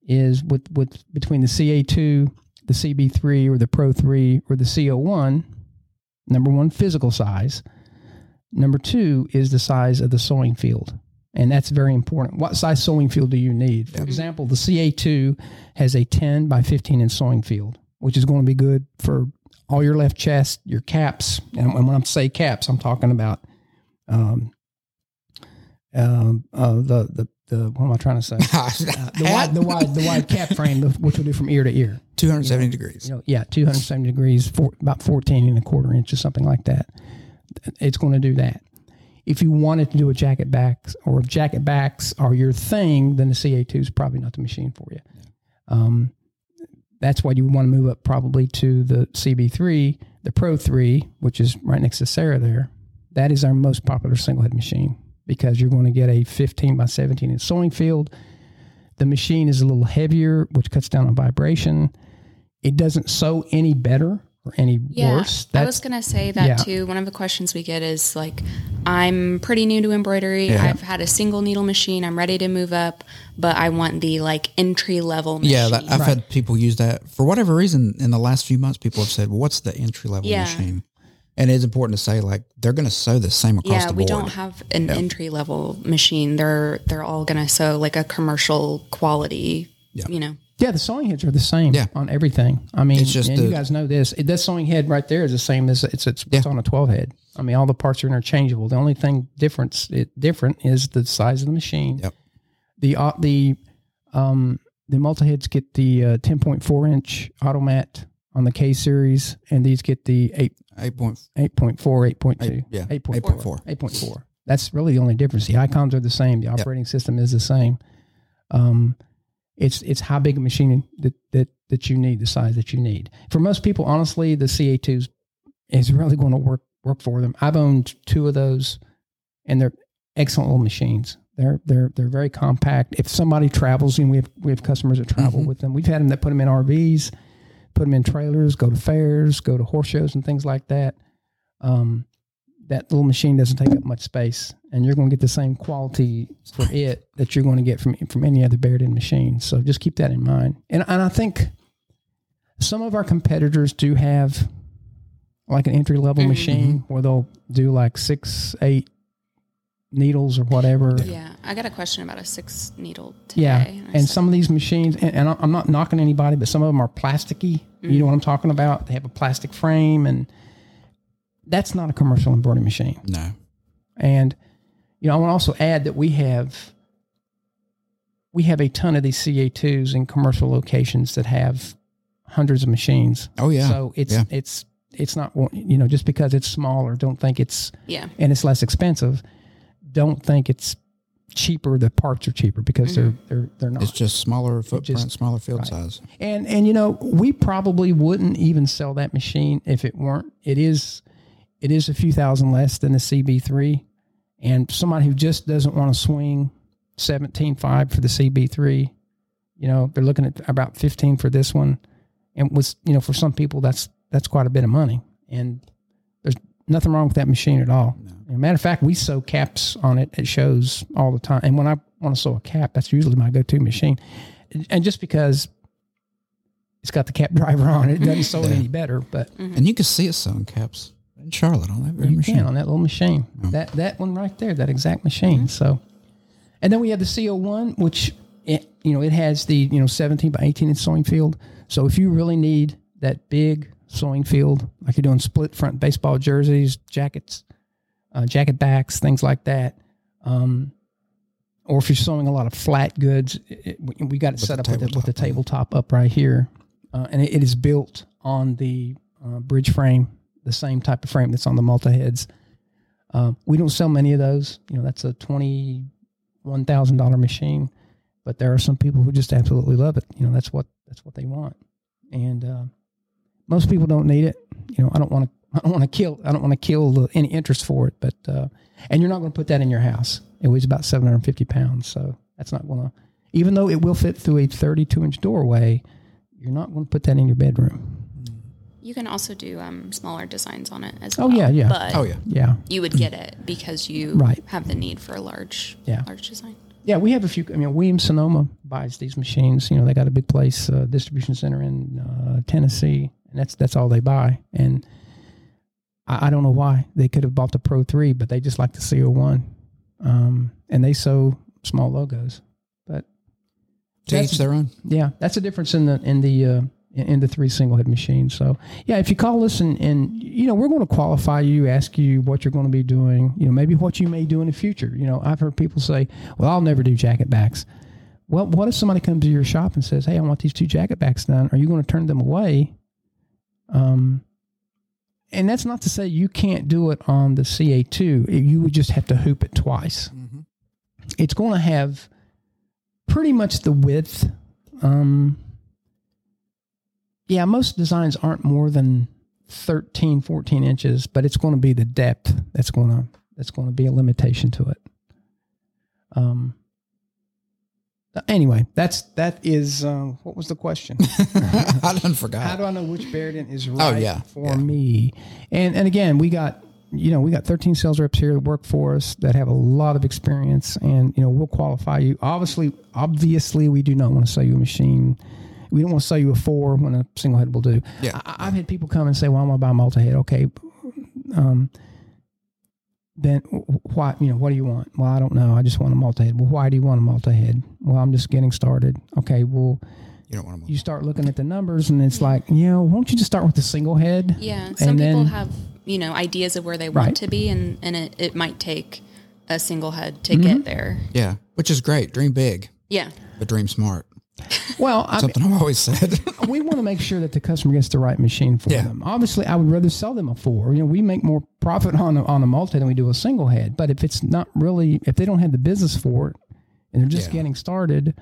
S3: is with, with between the CA2, the CB3, or the Pro 3, or the CO1. Number one, physical size. Number two is the size of the sewing field. And that's very important. What size sewing field do you need? For example, the CA2 has a 10 by 15 inch sewing field, which is going to be good for all your left chest, your caps. And when I say caps, I'm talking about um, um, uh, the, the, the, what am I trying to say?
S1: Ah, (laughs)
S3: The wide, the wide, the wide cap frame, which will do from ear to ear.
S1: 270 degrees.
S3: You know, yeah, 270 degrees, four, about 14 and a quarter inches, something like that. It's going to do that. If you wanted to do a jacket backs or if jacket backs are your thing, then the CA2 is probably not the machine for you. Um, that's why you want to move up probably to the CB3, the Pro 3, which is right next to Sarah there. That is our most popular single head machine because you're going to get a 15 by 17 inch sewing field. The machine is a little heavier, which cuts down on vibration. It doesn't sew any better or any
S2: Yeah,
S3: worse.
S2: I was gonna say that
S3: yeah.
S2: too. One of the questions we get is like, I'm pretty new to embroidery. I've had a single needle machine. I'm ready to move up, but I want the like entry level. Machine.
S1: Yeah, that, I've had people use that for whatever reason. In the last few months, people have said, well, "What's the entry level
S2: Yeah.
S1: machine?" And it's important to say, like, they're going to sew the same across
S2: yeah.
S1: the
S2: We
S1: board.
S2: don't have an entry level machine. They're they're all gonna sew like a commercial quality. You know.
S3: Yeah, the sewing heads are the same
S1: Yeah.
S3: on everything. I mean,
S1: It's just
S3: and you
S1: the-
S3: guys know this. It, that sewing head right there is the same as it's it's, it's on a twelve head. I mean, all the parts are interchangeable. The only thing difference it different is the size of the machine.
S1: Yep.
S3: The uh, the um the multi heads get the uh, ten point four inch automat on the K series, and these get the eight
S1: Eight point.
S3: 8.4, 8.2.
S1: Eight- yeah,
S3: 8.4.
S1: 8.4.
S3: 8.4. That's really the only difference. The icons are the same. The operating system is the same. Um, it's it's how big a machine that, that that you need, the size that you need. For most people, honestly, the CA2s is really going to work work for them. I've owned two of those, and they're excellent little machines. They're they're they're very compact. If somebody travels, and we have we have customers that travel
S1: Mhm.
S3: with them. We've had them that put them in RVs, put them in trailers, go to fairs, go to horse shows, and things like that. Um, that little machine doesn't take up much space, and you're going to get the same quality for it that you're going to get from from any other Baird machine. So just keep that in mind. And and I think some of our competitors do have like an entry level
S2: Mhm.
S3: machine where they'll do like six, eight needles or whatever.
S2: Yeah. I got a question about a six needle today.
S3: Yeah,
S2: I
S3: and
S2: said-
S3: some of these machines, and, and I- I'm not knocking anybody, but some of them are plasticky. You know what I'm talking about? They have a plastic frame, and that's not a commercial embroidery machine.
S1: No.
S3: And you know, I want to also add that we have we have a ton of these CA2s in commercial locations that have hundreds of machines.
S1: Oh yeah.
S3: So it's
S1: yeah.
S3: it's it's not one- you know just because it's smaller, don't think it's
S2: yeah.
S3: and it's less expensive. Don't think it's cheaper. The parts are cheaper because they're they're they're not.
S1: Mm-hmm. It's just smaller footprint,
S3: just-
S1: smaller field
S3: right.
S1: size.
S3: And and you know, we probably wouldn't even sell that machine if it weren't. It is it is a few thousand less than the CB3, and somebody who just doesn't want to swing seventeen five for the CB3, you know, they're looking at about fifteen for this one, and was you know for some people that's that's quite a bit of money, and there's nothing wrong with that machine at all. And matter of fact, we sew caps on it at shows all the time, and when I want to sew a cap, that's usually my go to machine, and just because it's got the cap driver on it. It doesn't sew it any better, but
S2: Mm-hmm.
S1: And you can see it selling caps in Charlotte on that very
S3: you
S1: Mm-hmm. machine.
S3: can on that little machine. That that one right there, that exact machine. So, and then we have the CO1, which it, you know it has the you know 17 by 18 inch sewing field. So if you really need that big sewing field, like you're doing split front baseball jerseys, jackets, uh, jacket backs, things like that. Um, or if you're sewing a lot of flat goods, it, it- we- we got it set
S1: the
S3: up with the, with
S1: tabletop on
S3: the
S1: it.
S3: tabletop up right here, uh, and it, it is built on the uh, bridge frame, the same type of frame that's on the multi heads. Um, we don't sell many of those. You know, that's a twenty one thousand dollar machine, but there are some people who just absolutely love it. You know, that's what that's what they want, and uh, most people don't need it. You know, I don't want to. I don't want to kill. I don't want to kill the, any interest for it. But uh, and you're not going to put that in your house. It weighs about 750 pounds, so that's not going to. Even though it will fit through a 32 inch doorway, you're not going to put that in your bedroom.
S2: You can also do um, smaller designs on it as
S3: Oh,
S2: well.
S3: yeah, yeah.
S2: But
S1: Oh yeah,
S3: Yeah,
S2: you would get it because you
S3: Right.
S2: have the need for a large,
S3: Yeah.
S2: large design.
S3: yeah. We have a few. I mean, Williams Sonoma buys these machines. You know, they got a big place uh, distribution center in uh, Tennessee, and that's that's all they buy. And I, I don't know why they could have bought the Pro Three, but they just like the CO One, um, and they sew small logos. But
S1: to
S3: That's-
S1: each their own. (laughs)
S3: Yeah, that's the difference in the in the uh, in- in the three single head machines. So yeah, if you call us and and you know we're going to qualify you, ask you what you're going to be doing, you know maybe what you may do in the future. You know I've heard people say, well I'll never do jacket backs. Well, what if somebody comes to your shop and says, hey I want these two jacket backs done? Are you going to turn them away? Um. And that's not to say you can't do it on the CA2. You would just have to hoop it twice
S1: Mhm.
S3: it's going to have pretty much the width. Um, yeah, most designs aren't more than 13, 14 inches, but it's going to be the depth that's going to that's going to be a limitation to it. Um. Anyway, that's that is um, what was the question?
S1: I done forgot.
S3: How do I know which Bearden is
S1: Oh,
S3: right
S1: yeah,
S3: for
S1: yeah.
S3: me? And and again, we got you know we got 13 sales reps here that work for us that have a lot of experience, and you know we'll qualify you. Obviously, obviously, we do not want to sell you a machine. We don't want to sell you a four when a single head will do.
S1: Yeah.
S3: I, I've had people come and say, "Well, I'm going to buy a multi head." Okay, um, then wh- why you know what do you want? Well, I don't know. I just want a multi head. Well, why do you want a multi head? Well, I'm just getting started. Okay, well
S1: you don't want them.
S3: you start looking at the numbers and it's like, you know, why don't you just start with the single head?
S2: Yeah.
S3: and
S2: Some people
S3: then-
S2: have, you know, ideas of where they want
S3: Right.
S2: to be, and, and it, it might take a single head to
S3: Mm-hmm.
S2: get there.
S1: Yeah, which is great. Dream big,
S2: Yeah.
S1: but dream smart.
S3: Well, I mean,
S1: Something I've always said.
S3: we want to make sure that the customer gets the right machine for
S1: Yeah.
S3: them. Obviously, I would rather sell them a four. You know, we make more profit on a, on a multi than we do a single head. But if it's not really, if they don't have the business for it and they're just
S1: Yeah.
S3: getting started,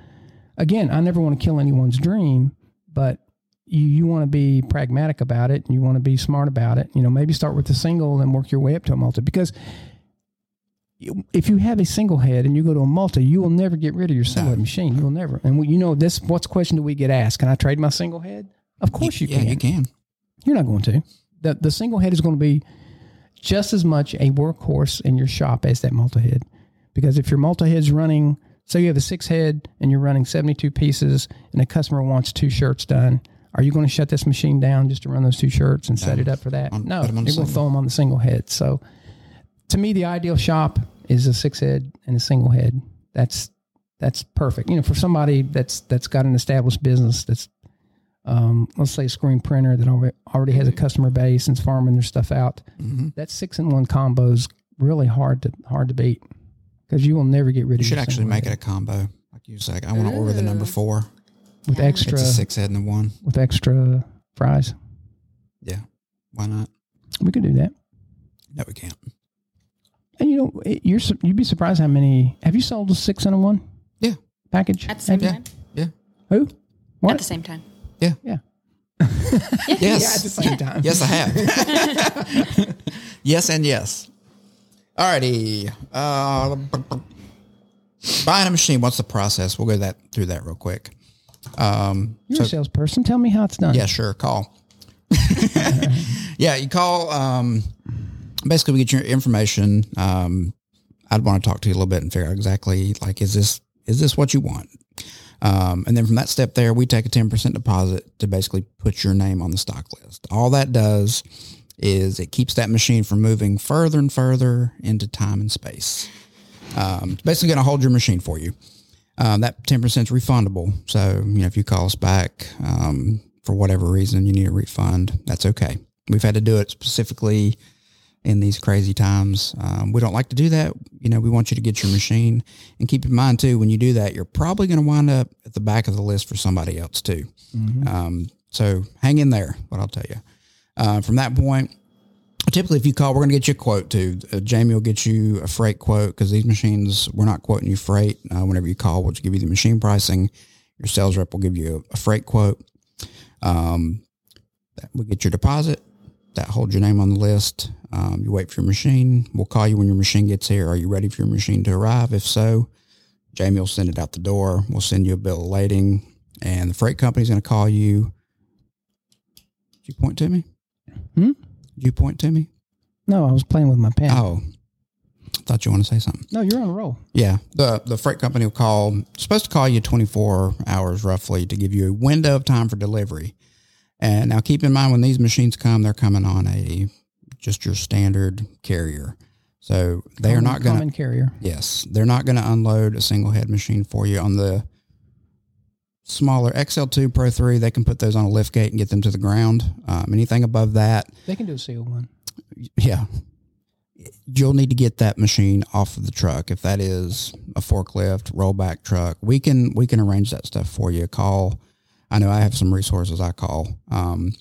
S3: again, I never want to kill anyone's dream, but you, you want to be pragmatic about it and you want to be smart about it. You know, maybe start with the single and work your way up to a multi because you- if you have a single head and you go to a multi, you will never get rid of your single head machine. You will never. And we, you know this. What's question do we get asked? Can I trade my single head? Of course you
S1: (laughs) yeah,
S3: can.
S1: you can.
S3: You're not going to. The the single head is going to be just as much a workhorse in your shop as that multi head. Because if your multi head's running, say you have a six head and you're running 72 pieces and a customer wants two shirts done, are you going to shut this machine down just to run those two shirts and set it up for that?
S1: On-
S3: no,
S1: put 'em
S3: you're
S1: on
S3: going
S1: the
S3: to
S1: single.
S3: throw them on the single head. So to me, the ideal shop is a six head and a single head. That's that's perfect. You know, for somebody that's that's got an established business that's um, let's say a screen printer that alre- already has a customer base and's farming their stuff out.
S1: hmm
S3: That six in one combo is really hard to hard to beat because you will never get rid
S1: You
S3: of.
S1: should
S3: your
S1: actually
S3: single
S1: make it
S3: head
S1: a combo. Like you say, I want to order the number
S2: Ooh.
S1: four.
S3: with
S2: Yeah.
S3: extra
S1: It's a six head and a one.
S3: with extra fries.
S1: Yeah, why not?
S3: We can do that.
S1: No, we can't.
S3: And you know, it, you're su- you'd be surprised how many. Have you sold a six in a one?
S1: Yeah.
S3: package.
S2: At the same
S3: Have you?
S2: time.
S1: Yeah.
S3: Who? What?
S2: At the same time.
S3: Yeah, at the
S1: Yes.
S3: same time.
S1: Yes, I have.
S3: (laughs)
S1: yes, and yes. Alrighty. Uh, buying a machine. What's the process? We'll go that through that real quick.
S3: You're a salesperson. Tell me how it's done.
S1: Yeah, sure. Call. (laughs) yeah, you call. Um, basically, we get your information. Um, I'd want to talk to you a little bit and figure out exactly like is this is this what you want? Um, and then from that step there, we take a ten percent deposit to basically put your name on the stock list. All that does is it keeps that machine from moving further and further into time and space. Um, it's basically going to hold your machine for you. Um, that ten percent is refundable. So you know, if you call us back um, for whatever reason, you need a refund. That's okay. We've had to do it specifically in these crazy times. Um, we don't like to do that. You know, we want you to get your machine. And keep in mind too, when you do that, you're probably going to wind up at the back of the list for somebody else too. Um, so hang in there. What I'll tell you. Uh, from that point, typically if you call we're going to get you a quote too uh, jamie will get you a freight quote because these machines we're not quoting you freight uh, whenever you call we'll just give you the machine pricing your sales rep will give you a, a freight quote um, that we get your deposit that holds your name on the list um, you wait for your machine we'll call you when your machine gets here are you ready for your machine to arrive if so jamie will send it out the door we'll send you a bill of lading and the freight company's going to call you did you point to me
S3: Hmm?
S1: did you point to me
S3: No, I was playing with my pen.
S1: Oh, thought you want to say something.
S3: No, you're on a roll.
S1: Yeah, the the freight company will call. Supposed to call you twenty four hours roughly to give you a window of time for delivery. And now keep in mind when these machines come, they're coming on a just your standard carrier, so they are
S3: Common-
S1: not going to
S3: common carrier.
S1: Yes, they're not going to unload a single head machine for you on the smaller XL2 Pro 3. They can put those on a lift gate and get them to the ground. Um, anything above that,
S3: They can do a seal one.
S1: yeah, you'll need to get that machine off of the truck if that is a forklift rollback truck. We can we can arrange that stuff for you. Call. I know I have some resources. I call. Um,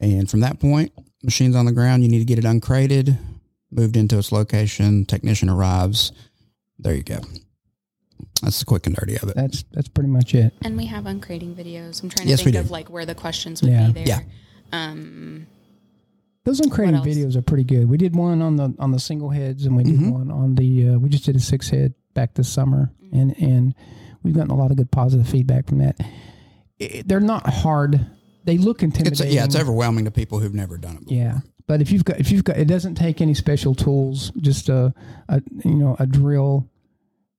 S1: and from that point, machine's on the ground. You need to get it uncrated, moved into its location. Technician arrives. There you go. That's the quick and dirty of it.
S3: That's that's pretty much it.
S2: And we have on creating videos. I'm trying to
S1: Yes, we
S2: think
S1: do.
S2: of like where the questions would
S3: Yeah.
S2: be there.
S1: Yeah.
S2: Um,
S3: Those uncrated
S2: else?
S3: videos are pretty good. We did one on the on the single heads, and we did
S1: Mhm.
S3: one on the. Uh, we just did a six head back this summer,
S2: Mm-hmm.
S3: and and we've gotten a lot of good positive feedback from that. It- they're not hard. They look
S1: It's
S3: intimidating.
S1: yeah, it's overwhelming to people who've never done it. Before.
S3: Yeah, but if you've got if you've got, it doesn't take any special tools. Just a, a you know a drill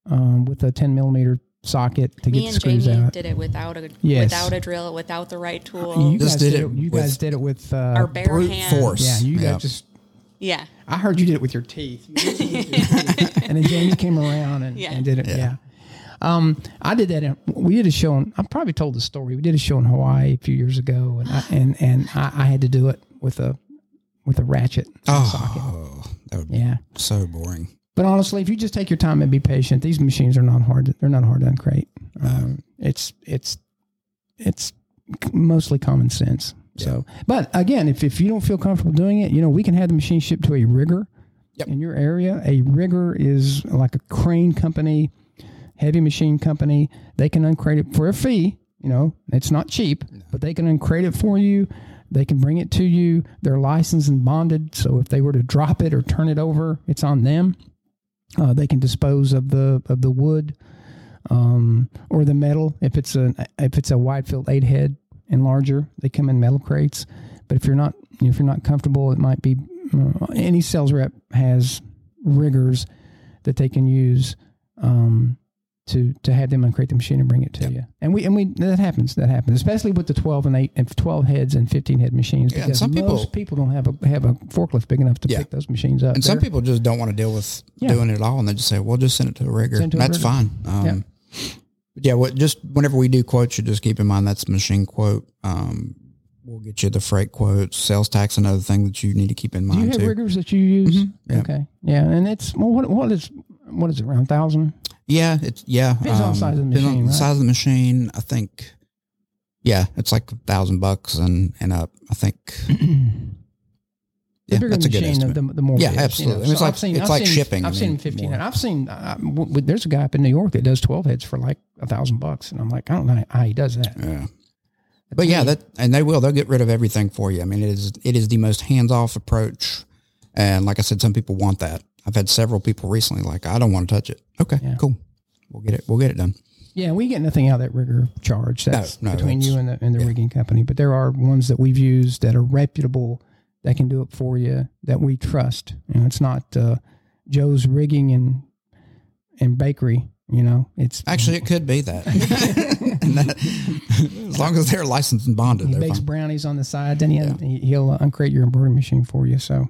S3: um, with a ten millimeter socket to
S2: me
S3: get the
S2: and
S3: screws
S2: Jamie
S3: out.
S2: did it without a
S3: Yes.
S2: without a drill, without the right tool.
S3: You
S1: Just
S3: guys
S1: did
S3: did,
S1: it
S3: it. You
S1: with
S3: guys did it with uh,
S2: our bare
S1: brute
S2: hands.
S1: force.
S3: Yeah, you
S1: Yeah.
S3: guys just.
S2: Yeah.
S3: I heard you did it with your teeth. and then Jamie came around and,
S2: Yeah.
S3: and did it. Yeah. Um, I did that. In, we did a show. In, I probably told the story. We did a show in Hawaii a few years ago, and I, and and I, I had to do it with a with a ratchet socket.
S1: Oh, that would be
S3: Yeah.
S1: so boring.
S3: But honestly, if you just take your time and be patient, these machines are not hard. They're not hard to uncrate. Um, it's it's it's mostly common sense. So, but again, if, if you don't feel comfortable doing it, you know we can have the machine shipped to a rigger
S1: Yep.
S3: in your area. A rigger is like a crane company, heavy machine company. They can uncrate it for a fee. You know, it's not cheap, but they can uncrate it for you. They can bring it to you. They're licensed and bonded. So if they were to drop it or turn it over, it's on them. Uh, they can dispose of the of the wood um, or the metal if it's a if it's a wide field eight head and larger. They come in metal crates, but if you're not if you're not comfortable, it might be uh, any sales rep has rigors that they can use um, to to have them uncrate the machine and bring it to you. And we and we that happens that happens especially with the twelve and eight and twelve heads and fifteen head machines
S1: Yeah, and
S3: because
S1: some people-
S3: most people, don't have a have a forklift big enough to
S1: Yeah.
S3: pick those machines up.
S1: And some
S3: They're-
S1: people just don't want to deal with
S3: Yeah.
S1: doing it at all, and they just say, "Well, just send it to a rigger."
S3: Send it to a
S1: that's
S3: rigger.
S1: fine. Um,
S3: Yeah.
S1: but yeah. What just whenever we do quotes, you just keep in mind that's machine quote. Um, we'll get you the freight quotes, sales tax, another thing that you need to keep in
S3: Do you
S1: mind too.
S3: have
S1: Mm-hmm.
S3: rigors that you use?
S1: Yeah.
S3: Okay. Yeah, and it's well, what what is what is it around thousand?
S1: yeah, it's yeah. um,
S3: Depends on the size of the
S1: depends on
S3: machine,
S1: the
S3: right?
S1: size of the machine, I think. Yeah, it's like a thousand bucks and and up. I think
S3: The
S1: Yeah,
S3: bigger
S1: that's a
S3: the
S1: good
S3: machine,
S1: estimate.
S3: the, the more.
S1: Yeah,
S3: it is, you
S1: absolutely.
S3: know.
S1: I mean, it's
S3: So
S1: like- it's like
S3: seen,
S1: shipping,
S3: I've
S1: I
S3: seen
S1: mean,
S3: fifteen.
S1: more.
S3: I've seen. I, w- w- there's a guy up in New York that does twelve heads for like a thousand bucks, and I'm like, I don't know how he does that.
S1: Yeah. But yeah, that and they will. They'll get rid of everything for you. I mean, it is it is the most hands off approach. And like I said, some people want that. I've had several people recently like, I don't want to touch it. Okay,
S3: Yeah.
S1: cool. We'll get it. We'll get it done.
S3: Yeah, we get nothing out of that rigger charge. That's
S1: no,
S3: between
S1: that's-
S3: you and the, and the rigging company. But there are ones that we've used that are reputable that can do it for you that we trust. You know, it's not uh, Joe's rigging and and bakery. You know, it's
S1: Actually, it could be that. (laughs) And that- (laughs) as long as they're licensed and bonded,
S3: he
S1: they're
S3: bakes
S1: fine.
S3: brownies on the side. Then he, he'll uh, uncrate your embroidery machine for you. So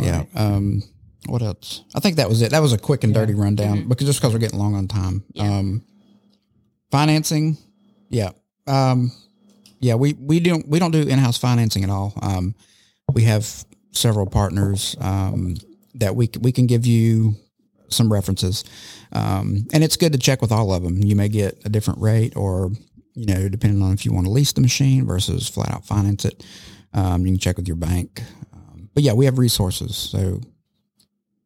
S1: yeah. Um, what else? I think that was it. That was a quick and dirty rundown because just because we're getting long on time. Um, financing, yeah, um, yeah. We we don't we don't do in house financing at all. Um, we have several partners um, that we c- we can give you some references, um, and it's good to check with all of them. You may get a different rate, or you know, depending on if you want to lease the machine versus flat out finance it. Um, you can check with your bank. Um, but yeah, we have resources. So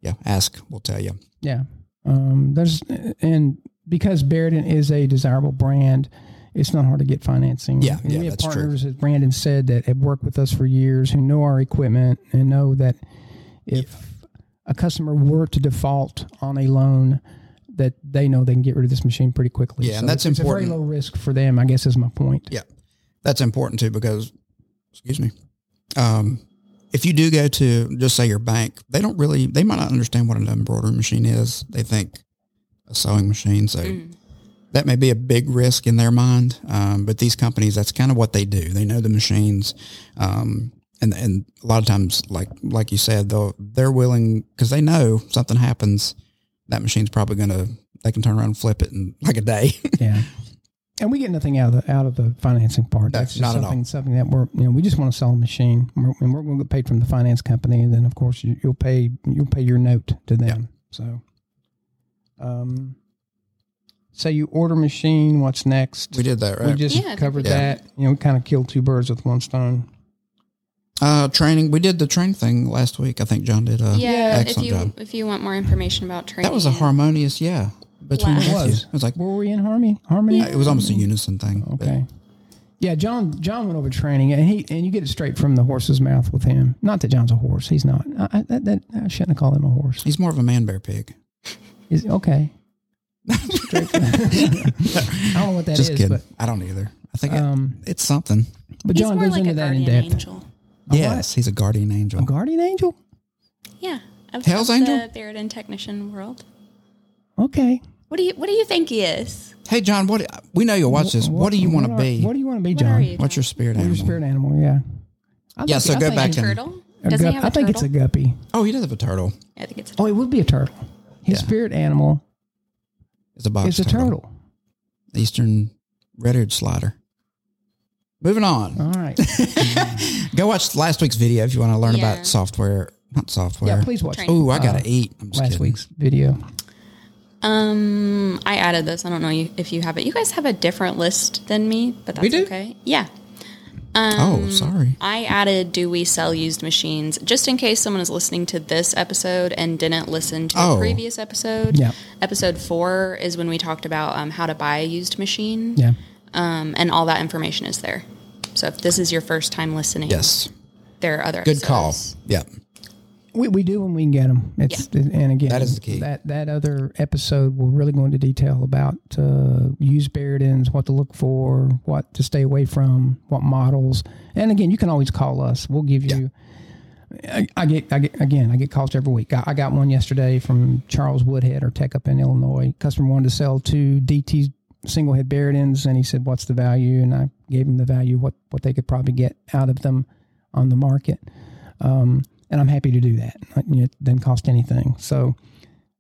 S1: yeah, ask. We'll tell you.
S3: Yeah. Um, there's and because Bearden is a desirable brand, it's not hard to get financing.
S1: Yeah,
S3: And
S1: yeah,
S3: we have
S1: that's true.
S3: partners, as Brandon said, that have worked with us for years, who know our equipment and know that if a customer were to default on a loan, that they know they can get rid of this machine pretty quickly.
S1: Yeah, and that's
S3: it's, It's
S1: important.
S3: a very low risk for them, I guess, is my point.
S1: Yeah, that's important too because, excuse me, um, if you do go to just say your bank, they don't really, they might not understand what an embroidery machine is. They think a sewing machine, so that may be a big risk in their mind. Um, but these companies, that's kind of what they do. They know the machines, um, and and a lot of times, like like you said, they'll they're willing because they know something happens, that machine's probably gonna. They can turn around and flip it in like a day.
S3: Yeah. And we get nothing out of the out of the financing part.
S1: No,
S3: That's just
S1: not at all.
S3: something something that we're you know we just want to sell a machine and we're, and we're going to get paid from the finance company. And then of course you, you'll pay you'll pay your note to them. So, um, so you order machine. What's
S1: (laughs)
S3: next?
S1: we did that, right?
S3: We just
S2: Yeah, I think
S3: covered
S1: we did.
S3: that. You know, we kind of killed two birds with one stone.
S1: Uh, training. We did the train thing last week. I think John did a
S2: yeah, if
S1: excellent
S2: you
S1: job.
S2: if you want more information about training,
S1: That was a harmonious, yeah, between
S2: Laugh.
S1: Matthew.
S2: It
S1: It
S3: was.
S1: was. It was like
S3: Were we in harmony? Harmony.
S1: it was almost a unison thing. but-
S3: Okay. Yeah, John. John went over training, and he and you get it straight from the horse's mouth with him. Not that John's a horse; he's not. I, I, that, that, I shouldn't have called him a horse.
S1: He's more of a man bear
S3: (laughs)
S1: pig.
S3: Is okay. Straight from- I don't know what that is,
S1: (laughs) Just kidding.
S3: but
S1: I don't either. I think it-
S3: um,
S1: it's something.
S3: but
S2: He's
S3: John
S2: more
S3: goes
S2: like
S3: into
S2: a
S3: that in
S2: guardian
S3: depth.
S2: angel.
S1: Yes, he's a guardian
S3: A
S1: angel.
S3: guardian angel.
S2: Yeah, of,
S1: Hell's
S2: of
S1: Angel?
S2: the Bearden technician world.
S3: Okay.
S2: What do you What do you think he is?
S1: Hey, John. What we know you'll watch this. What, do you want to
S3: are-
S1: be?
S3: What do you want to be,
S2: What are
S3: John?
S2: you?
S1: What's your spirit
S3: Your
S1: animal?
S3: spirit animal. Yeah. I
S1: Yeah, so
S3: I
S1: go back and-
S2: Turtle?
S3: a
S2: Does he
S3: gup-
S2: have a
S3: I think it's a
S2: turtle?
S3: guppy.
S1: Oh, he does have a turtle.
S2: I think it's a
S3: Oh, it would be a turtle. His
S1: Yeah.
S3: spirit animal
S1: It's a box.
S3: is a turtle.
S1: Eastern red-eared slider. Moving on.
S3: All right. Oh.
S1: Go watch last week's video if you want to learn
S2: Yeah.
S1: about software. Not software.
S3: yeah, please watch
S2: Train.
S1: Oh, I gotta eat. I'm just
S3: Uh, last
S1: kidding.
S3: week's video.
S2: Um, I added this. I don't know you- if you have it. You guys have a different list than me, but that's
S1: We do?
S2: okay. Yeah. Um,
S1: oh, sorry.
S2: I added do we sell used machines just in case someone is listening to this episode and didn't listen to
S1: Oh.
S2: the previous episode.
S3: Yeah.
S2: Episode 4 is when we talked about um, how to buy a used machine.
S3: Yeah.
S2: Um, and all that information is there. So if this is your first time listening,
S1: Yes.
S2: there are other
S1: Good call.
S2: episodes.
S1: Yeah.
S3: We, we do when we can get them. It's and again
S1: That is the key.
S3: That that other episode will really go into detail about uh, used Bearden's, what to look for, what to stay away from, what models. And again, you can always call us. We'll give you. I, I get I get again I get calls every week. I, I got one yesterday from Charles Woodhead or Tech up in Illinois. Customer wanted to sell two DT single head Bearden's, and he said, "What's the value?" And I gave him the value what what they could probably get out of them on the market. Um, and I'm happy to do that. I- you know, It doesn't cost anything. So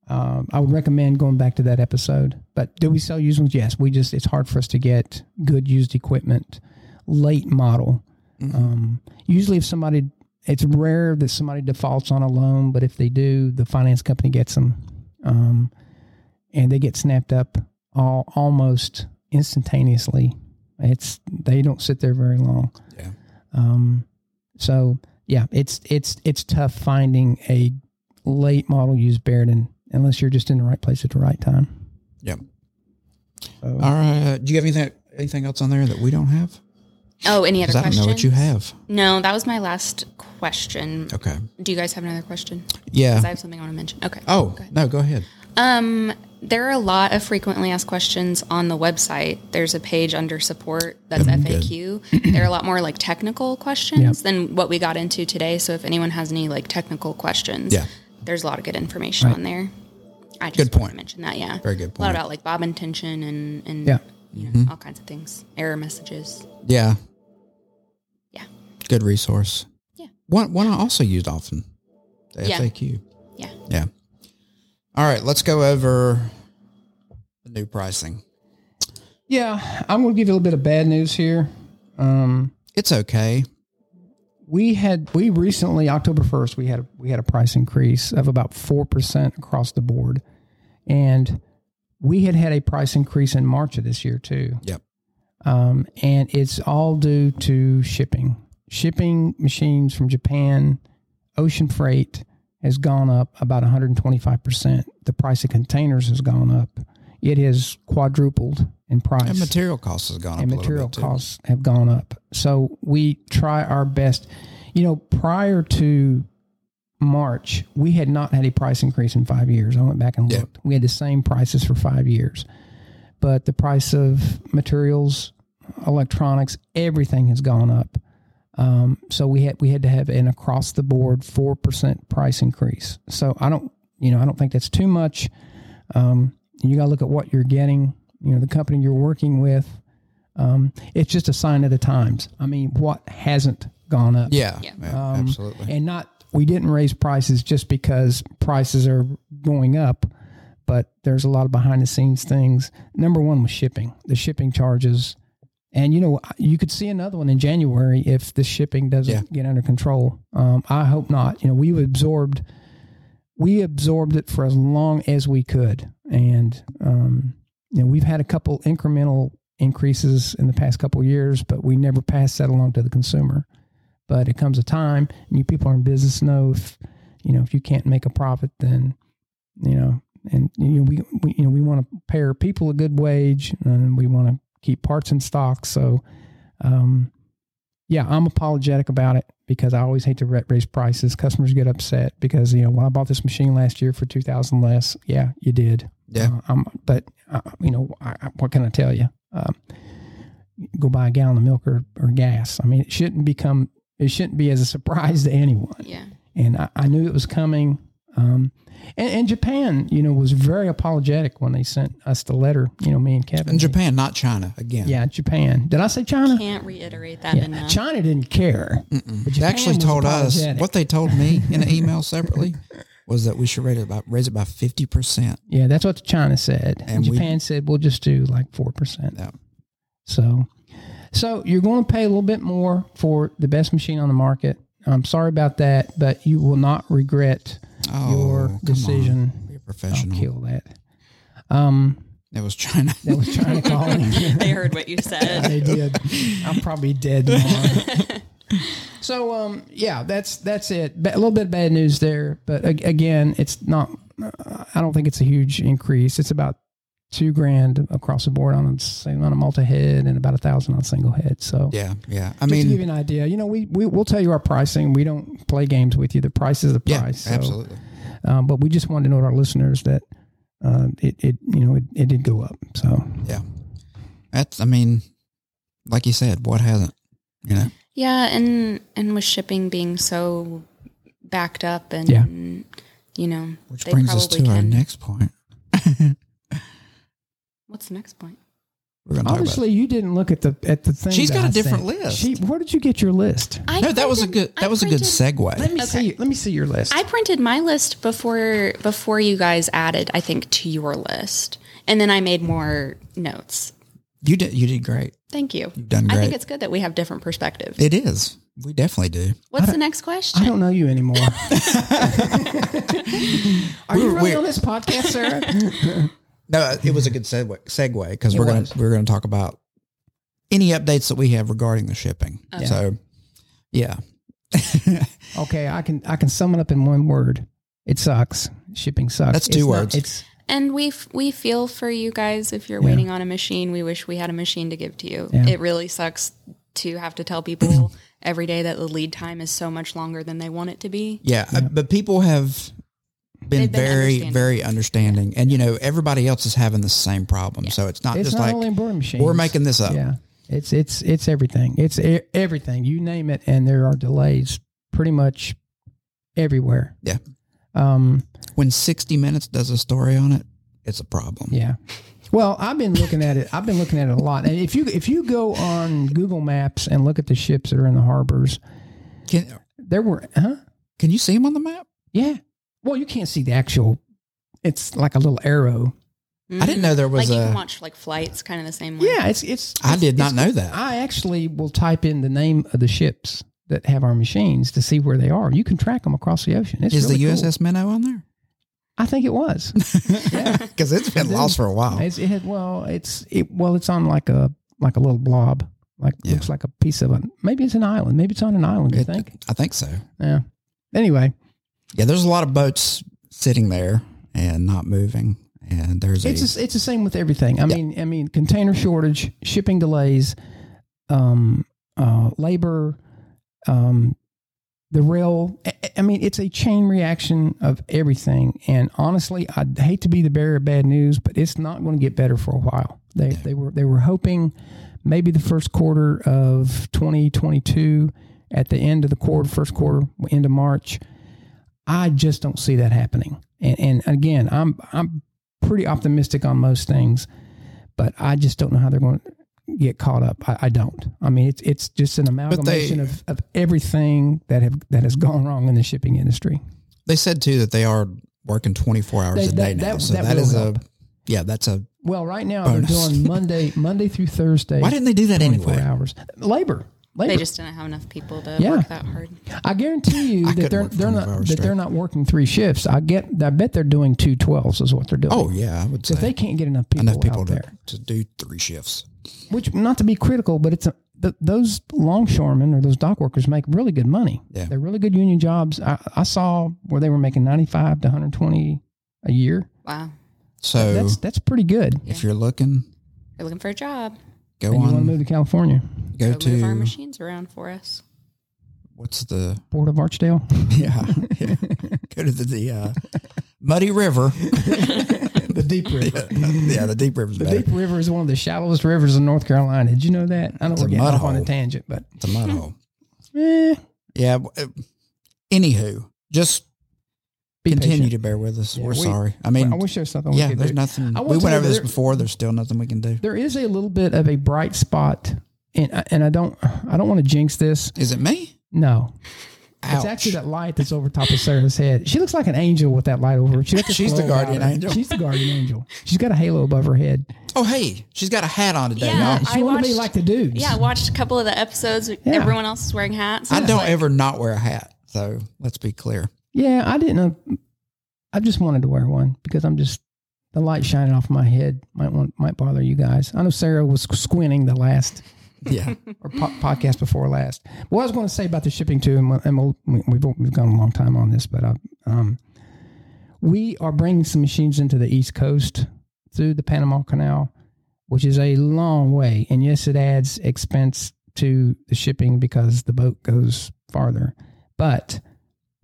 S3: um, I would recommend going back to that episode. But do we sell used ones? Yes. We just, it's hard for us to get good used equipment, late model. Um, usually, if somebody, it's rare that somebody defaults on a loan, but if they do, the finance company gets them um, and they get snapped up all, almost instantaneously. It's, they don't sit there very long.
S1: Yeah.
S3: Um, so yeah, it's it's it's tough finding a late model used Bearden unless you're just in the right place at the right time.
S1: Yep.
S3: So,
S1: All right. Do you have anything anything else on there that we don't have?
S2: Oh, any other
S1: Because I don't
S2: questions?
S1: know what you have.
S2: No, that was my last question.
S1: Okay.
S2: Do you guys have another question? 'Cause I
S1: Yeah.
S2: have something I want to mention. Okay.
S1: Oh
S2: Go ahead.
S1: no, go ahead.
S2: Um, there are a lot of frequently asked questions on the website. There's a page under support that's FAQ. there are a lot more like technical questions than what we got into today. So if anyone has any like technical questions,
S1: Yeah.
S2: there's a lot of good information on there. I just
S1: Good
S2: wanted
S1: point.
S2: to mention that. Yeah,
S1: Very good
S2: A lot
S1: point. Mm-hmm.
S2: about like bob and tension and and
S3: Yeah.
S2: you know, all kinds of things, error messages.
S1: Yeah.
S2: Yeah,
S1: Good resource.
S2: Yeah.
S1: One one I also used often. The
S2: Yeah.
S1: FAQ.
S2: yeah.
S1: Yeah. All right, let's go over the new pricing.
S3: yeah, I'm going to give you a little bit of bad news here. Um,
S1: It's okay.
S3: we had we recently October 1st we had we had a price increase of about 4% across the board and we had had a price increase in March of this year too
S1: Yep.
S3: um, and it's all due to shipping shipping machines from Japan ocean freight has gone up about 125% the price of containers has gone up it has quadrupled in price
S1: And material costs has gone
S3: and
S1: up a little
S3: material
S1: bit too.
S3: costs have gone up. So we try our best. You know, prior to March, we had not had a price increase in five years. I went back and
S1: Yeah.
S3: looked. We had the same prices for five years, but the price of materials, electronics, everything has gone up. Um, so we had we had to have an across the board four percent price increase. So I don't you know I don't think that's too much. Um, you got to look at what you're getting. You know the company you're working with. Um, it's just a sign of the times. I mean, what hasn't gone up?
S1: Yeah.
S2: Yeah.
S1: yeah,
S3: Um,
S1: absolutely.
S3: And not we didn't raise prices just because prices are going up, but there's a lot of behind the scenes things. Number one was shipping, the shipping charges. And you know, you could see another one in January if the shipping doesn't
S1: Yeah.
S3: get under control. Um, I hope not. You know, we absorbed we absorbed it for as long as we could. And um, you know, we've had a couple incremental increases in the past couple of years, but we never passed that along to the consumer. But it comes a time, and you people are in business know if you know if you can't make a profit, then you know, and you know we, we you know we want to pay our people a good wage, and we want to keep parts in stock. So, um, yeah, I'm apologetic about it because I always hate to ra- raise prices. Customers get upset because you know when I bought this machine last year for two thousand less, yeah, you did.
S1: Yeah.
S3: Uh, I'm, but uh, you know, I, I- what can I tell you? Um, go buy a gallon of milk or, or gas. I mean, it shouldn't become it shouldn't be as a surprise to anyone. (laughs)
S2: Yeah.
S3: And I, I knew it was coming. Um, and, and Japan, you know, was very apologetic when they sent us the letter. You know, me and Kevin.
S1: And Japan, not China again.
S3: yeah, Japan. Did I say China?
S2: Can't reiterate that
S3: Yeah,
S2: enough.
S3: China didn't care. But
S1: They
S3: Japan
S1: actually
S3: was
S1: told us
S3: apologetic.
S1: what they told me in an email separately was that we should raise it by raise it by fifty percent.
S3: Yeah, that's what China said.
S1: And we-
S3: Japan said we'll just do like four percent.
S1: Yeah.
S3: So, so you're going to pay a little bit more for the best machine on the market. I'm sorry about that, but you will not regret
S1: Oh,
S3: your
S1: come on.
S3: decision.
S1: Be a
S3: I'll
S1: professional.
S3: kill that. Um,
S1: That was China.
S3: that was China calling.
S2: (laughs) they heard what you said.
S3: they did. I'm probably dead tomorrow. so um, yeah, that's that's it. Ba- A little bit of bad news there, but a- again, it's not. uh, I don't think it's a huge increase. It's about two grand across the board on a same on a multi head and about a thousand on a single head. So.
S1: (laughs) yeah, yeah. I
S3: Just to give
S1: mean,
S3: you an idea, you know, we, we we'll tell you our pricing. We don't play games with you. The price is the
S1: yeah,
S3: price. So,
S1: absolutely.
S3: Um, but we just wanted to know to our listeners that uh, it it you know it, it did go up. So
S1: Yeah, that's. I mean, like you said, what hasn't? You know,
S2: Yeah, and and with shipping being so backed up and
S3: Yeah.
S2: you know,
S1: which brings us to our next point.
S2: What's the next point?
S1: We're going to talk about.
S3: Obviously, you didn't look at the at the thing.
S1: She's
S3: that
S1: got
S3: I
S1: a different
S3: sent.
S1: list.
S3: She, where did you get your list?
S2: I
S1: No, that was a
S2: printed-
S1: good. That was a good
S2: I printed-
S1: segue.
S3: Let me see. Let me see your list.
S2: I printed my list before before you guys added, I think, to your list, and then I made more notes.
S1: You did. You did great.
S2: Thank you.
S1: You've done
S2: I
S1: great.
S2: think it's good that we have different perspectives.
S1: It is. We definitely do.
S2: What's the next
S3: I
S2: question?
S3: don't know
S1: (laughs)
S3: you anymore. Are you really
S1: we're-
S3: on this podcast,
S1: (laughs)
S3: Sarah?
S1: No, it was a good segue. Segue because
S3: Mm-hmm. It
S1: we're going
S3: was.
S1: we're going to talk about any updates that we have regarding the shipping.
S2: Okay.
S1: So, (laughs) yeah,
S3: Okay, I can I can sum it up in one word. It sucks. Shipping sucks.
S1: That's two
S3: It's not-
S1: words.
S3: it's
S2: And we f- we feel for you guys if you're
S3: Yeah.
S2: waiting on a machine. We wish we had a machine to give to you.
S3: Yeah.
S2: It really sucks to have to
S1: (laughs)
S2: tell people every day that the lead time is so much longer than they want it to be.
S1: Yeah, uh, but people have been,
S2: They've been
S1: very,
S2: understanding.
S1: very understanding, and you know everybody else is having the same problem. So it's not
S3: it's
S1: just
S3: not
S1: like
S3: only in board machines.
S1: we're making this up.
S3: Yeah, it's it's it's everything. It's e- everything. You name it, and there are delays pretty much everywhere.
S1: Yeah.
S3: Um.
S1: When 60 Minutes does a story on it, it's a problem.
S3: Yeah. Well, I've been looking at it. I've been looking at it a lot. And if you if you go on Google Maps and look at the ships that are in the harbors,
S1: Can
S3: there were huh?
S1: Can you see them on the map?
S3: Yeah. Well, you can't see the actual. It's like a little arrow.
S1: I didn't know there
S2: Mm-hmm. Like
S1: was
S2: you
S1: a.
S2: can watch like flights, kind of the same way.
S3: Yeah, it's it's.
S1: I did not
S3: it's-
S1: know that.
S3: I actually will type in the name of the ships that have our machines to see where they are. You can track them across the ocean. It's
S1: is the
S3: really cool.
S1: USS Minnow on there?
S3: I think it
S1: (laughs)
S3: was.
S1: Because it's been
S3: Then-
S1: lost for a while.
S3: It's, it had, well, it's it, well, it's on like a like a little blob. Like
S1: Yeah.
S3: looks like a piece of a maybe it's an island. Maybe it's on an island. You
S1: It-
S3: think?
S1: I think so.
S3: Yeah. Anyway,
S1: Yeah, there's a lot of boats sitting there and not moving, and there's a,
S3: it's a, it's the same with everything. I mean, I mean, container shortage, shipping delays, um, uh, labor, um, the rail. I- I- I mean, it's a chain reaction of everything. And honestly, I hate to be the bearer of bad news, but it's not going to get better for a while. They they were they were hoping maybe the first quarter of 2022 at the end of the quarter, first quarter, end of March. I just don't see that happening. And, and again, I'm I'm pretty optimistic on most things, but I just don't know how they're going to get caught up. I, I don't. I mean, it's it's just an amalgamation of, of everything that have that has gone wrong in the shipping industry.
S1: they said too that they are working 24 hours
S3: They-
S1: a
S3: that-
S1: day now.
S3: that-
S1: so
S3: that
S1: that
S3: will
S1: is a
S3: help.
S1: yeah, that's a
S3: Well, right now
S1: Bonus.
S3: they're doing Monday Monday through Thursday.
S1: Why didn't they do that
S3: 24
S1: anyway?
S3: hours labor. Labor.
S2: They just didn't have enough people to
S3: Yeah.
S2: work that hard.
S3: I guarantee
S1: (laughs)
S3: you
S1: I couldn't
S3: that they're
S1: work
S3: they're
S1: 25
S3: not that
S1: hours
S3: they're not working three shifts. I get I bet they're doing two twelves is what they're doing.
S1: Oh yeah, I would say
S3: if they can't get enough people,
S1: enough people
S3: out
S1: to,
S3: there.
S1: to do three shifts.
S3: which not to be critical, but it's a, th- those longshoremen or those dock workers make really good money.
S1: Yeah.
S3: They're really good union jobs. I, I saw where they were making 95 to 120 a year.
S2: Wow.
S1: So
S3: That's that's pretty good.
S1: if you're looking,
S2: They're looking for a job.
S1: go
S3: And you want to
S1: on,
S3: move to California,
S1: go
S2: So move our
S1: to
S2: machines around for us.
S1: what's the (laughs)
S3: Port of Archdale.
S1: yeah, yeah. go to the, the uh, muddy river.
S3: (laughs) the deep river.
S1: (laughs) yeah, the deep river's
S3: The
S1: better.
S3: deep river is one of the shallowest rivers in North Carolina. Did you know that? I know
S1: It's a
S3: we're getting
S1: mud
S3: off on a
S1: hole.
S3: tangent, but
S1: It's a mud hole.
S3: eh,
S1: Yeah. w- uh, Anywho, just
S3: be
S1: continue
S3: patient.
S1: to bear with us.
S3: Yeah,
S1: We're
S3: we-
S1: sorry. I mean,
S3: I wish there was something
S1: yeah,
S3: we could
S1: there's
S3: do.
S1: nothing.
S3: I will
S1: We
S3: tell
S1: went
S3: you
S1: over this
S3: there-
S1: before. There's still nothing we can do.
S3: There is a little bit of a bright spot, and and I don't I don't want to jinx this.
S1: Is it me?
S3: No,
S1: Ouch.
S3: It's actually that light that's over top of Sarah's head. She looks like an angel with that light over her. She looks
S1: She's the
S3: glow about
S1: guardian
S3: her.
S1: angel.
S3: She's the guardian angel. She's got a halo above her head. Uh,
S1: oh, hey, she's got a hat on today.
S2: Yeah.
S1: y'all.
S3: She
S2: I
S3: want to be
S2: watched-
S3: like the dudes.
S2: Yeah, I watched a couple of the episodes. Everyone else is wearing hats.
S1: I
S2: It's
S1: don't
S2: like-
S1: ever not wear a hat. So let's be
S3: (laughs)
S1: clear.
S3: Yeah, I didn't. Uh, I just wanted to wear one because I'm just the light shining off my head might want might bother you guys. I know Sarah was squinting the last
S1: Yeah.
S3: or po- podcast before last. What I was going to say about the shipping too, and, we'll- and we'll, we- we've we've gone a long time on this, but I, um, we are bringing some machines into the East Coast through the Panama Canal, which is a long way, and yes, it adds expense to the shipping because the boat goes farther, but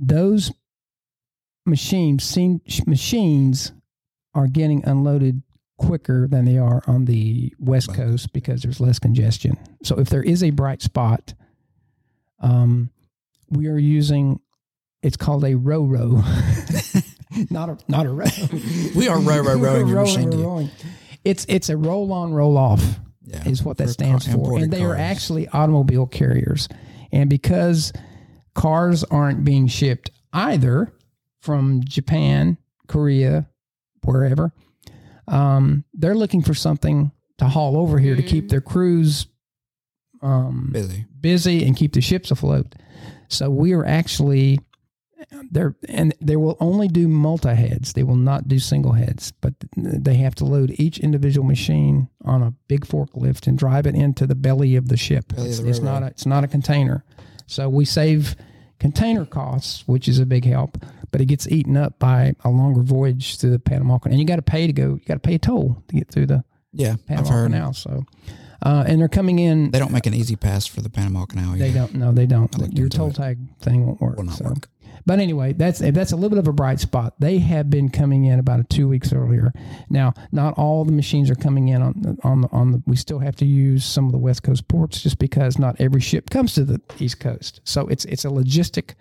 S3: those machines seem, machines are getting unloaded quicker than they are on the west
S1: Wow.
S3: coast because there's less congestion. So if there is a bright spot, um, we are using it's called a row row, (laughs) not a not a row.
S1: We are row,
S3: (laughs)
S1: row, rowing your machine to you.
S3: rowing. It's it's a roll on roll off
S1: Yeah.
S3: is what that
S1: For
S3: stands
S1: car-
S3: for.
S1: imported
S3: And they are
S1: cars.
S3: actually automobile carriers. And because cars aren't being shipped either from Japan, Korea, wherever, um, they're looking for something to haul over here to keep their crews um,
S1: Busy.
S3: busy and keep the ships afloat. So we are actually there, and they will only do multi heads. They will not do single heads, but they have to load each individual machine on a big forklift and drive it into the belly of the ship.
S1: Belly of
S3: it's
S1: the
S3: it's
S1: railroad.
S3: not a, it's not a container. So we save container costs, which is a big help, but it gets eaten up by a longer voyage through the Panama Canal. And you got to pay to go, you got to pay a toll to get through the
S1: Yeah, I've
S3: Panama
S1: heard
S3: Canal. So, uh, and they're coming in.
S1: they don't make an easy pass for the Panama Canal.
S3: They
S1: yet.
S3: don't. No, they don't.
S1: I looked
S3: Your
S1: into
S3: toll
S1: it.
S3: tag thing won't work.
S1: Will not
S3: so.
S1: work.
S3: But anyway, that's that's a little bit of a bright spot. They have been coming in about two weeks earlier. Now, not all the machines are coming in on the, on the, on the. We still have to use some of the West Coast ports just because not every ship comes to the East Coast. So it's it's a logistic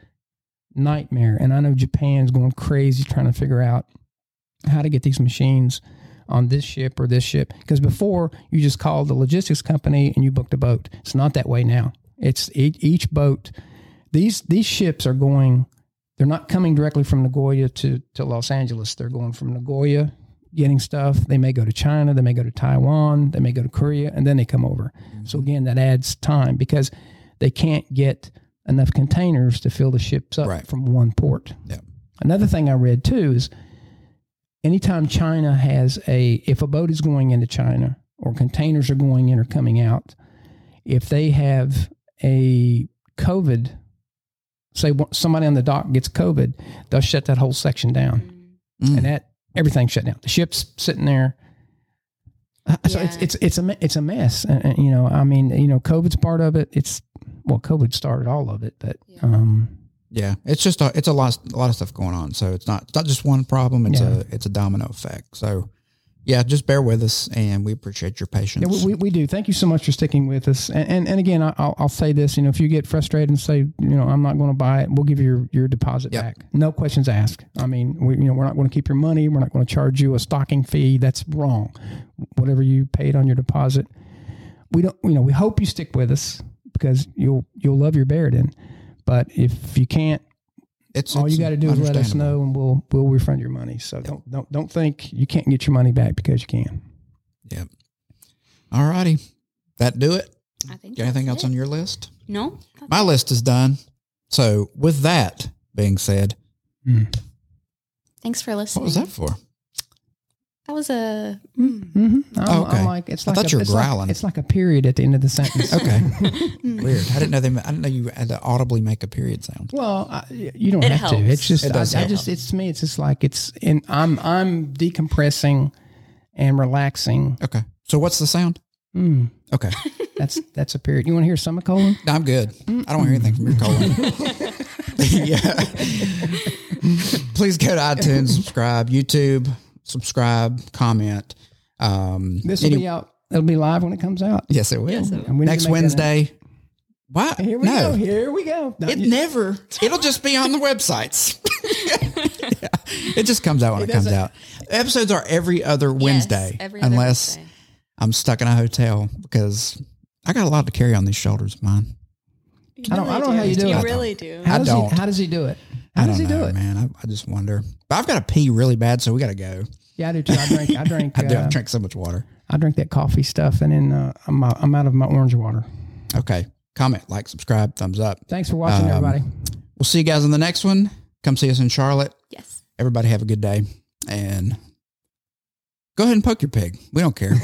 S3: nightmare. And I know Japan's going crazy trying to figure out how to get these machines on this ship or this ship. Because before you just called the logistics company and you booked a boat. It's not that way now. It's e- each boat. These these ships are going. They're not coming directly from Nagoya to to Los Angeles. They're going from Nagoya getting stuff. They may go to China. They may go to Taiwan. They may go to Korea, and then they come over. So again, that adds time because they can't get enough containers to fill the ships up
S1: Right.
S3: from one port.
S1: Yep.
S3: Another thing I read too is anytime China has a if a boat is going into China or containers are going in or coming out, if they have a COVID, say one- somebody on the dock gets COVID, they'll shut that whole section down,
S1: Mm.
S3: and that everything's shut down. The ship's sitting there. Uh, So
S2: Yeah.
S3: it's it's it's a me- it's a mess, and, and, you know. I mean, you know, COVID's part of it. It's well, COVID started all of it, but
S2: Yeah.
S3: um,
S1: Yeah, it's just a, it's a lot a lot of stuff going on. So it's not it's not just one problem. It's
S3: Yeah.
S1: a it's a domino effect. So yeah, just bear with us, and we appreciate your patience.
S3: Yeah, we, we, we do. Thank you so much for sticking with us. And and, and again, I- I'll, I'll say this: you know, if you get frustrated and say, you know, I'm not going to buy it, we'll give you your, your deposit
S1: Yep.
S3: back. No questions asked. I mean, we, you know, we're not going to keep your money. We're not going to charge you a stocking fee. That's wrong. Whatever you paid on your deposit, we don't. You know, we hope you stick with us because you'll you'll love your Bearden. But if you can't,
S1: it's
S3: all you
S1: it's
S3: got to do is let us
S1: understandable.
S3: know, and we'll we'll refund your money. So don't don't don't think you can't get your money back because you can.
S1: All righty, that do it.
S2: I think
S1: Got anything
S2: that's
S1: else
S2: it.
S1: on your list?
S2: No.
S1: My list is done. So with that being said,
S2: Thanks for listening.
S1: what was that Hmm. for?
S2: That was a. Mm,
S3: Mm-hmm. I'm,
S1: Oh, okay.
S3: I'm like, it's
S1: I
S3: like
S1: thought
S3: a,
S1: you were
S3: it's like-
S1: growling.
S3: it's like a period at the end of the
S1: (laughs)
S3: sentence.
S1: Okay,
S2: mm.
S1: weird. I didn't know they. ma- I didn't know you had to audibly make a period sound.
S3: Well, I, you don't
S2: It
S3: have to.
S2: helps.
S3: It's just,
S1: It
S3: I,
S1: does
S3: I
S1: help.
S3: just, it's to me. It's just like it's, and I'm, I'm decompressing and relaxing.
S1: Okay, so what's the sound?
S3: Mm,
S1: Okay,
S3: that's (laughs) that's a period. You want to hear semicolon?
S1: No, I'm good. I don't want to hear anything from your (laughs) colon. yeah. Please go to iTunes, subscribe, YouTube, subscribe, comment. Um,
S3: This will
S1: any-
S3: be out. It'll be live when it comes out.
S1: yes, it will.
S3: And we need to
S1: Next
S3: make that
S1: Wednesday. Why?
S3: a- Here we
S1: no,
S3: go. Here we go. No,
S1: it
S3: you-
S1: never. It'll just be on the websites. Yeah. It just comes out when it, comes
S3: doesn't-
S1: out. Episodes are every other Wednesday,
S2: Yes, every other
S1: unless
S2: Wednesday.
S1: I'm stuck in a hotel because I got a lot to carry on these shoulders, of mine.
S2: You
S3: I don't- I
S2: really
S3: don't know how you do
S1: it.
S2: You
S1: I
S2: really do.
S3: how
S1: I
S3: does
S1: don't.
S3: he? How does he do it? How
S1: I
S3: does
S1: don't
S3: he
S1: know,
S3: do it?
S1: man. I, I just wonder. But I've got to pee really bad, so we got to go.
S3: Yeah, I do too. I
S1: (laughs)
S3: drink. I drink.
S1: I, do, I
S3: uh,
S1: drink so much water.
S3: I drink that coffee stuff, and then uh, I'm, out- I'm out of my orange water.
S1: Okay. Comment, like, subscribe, thumbs up.
S3: Thanks for watching,
S1: Um,
S3: everybody.
S1: We'll see you guys in the next one. Come see us in Charlotte.
S2: Yes.
S1: Everybody have a good day and go ahead and poke your pig. We don't care.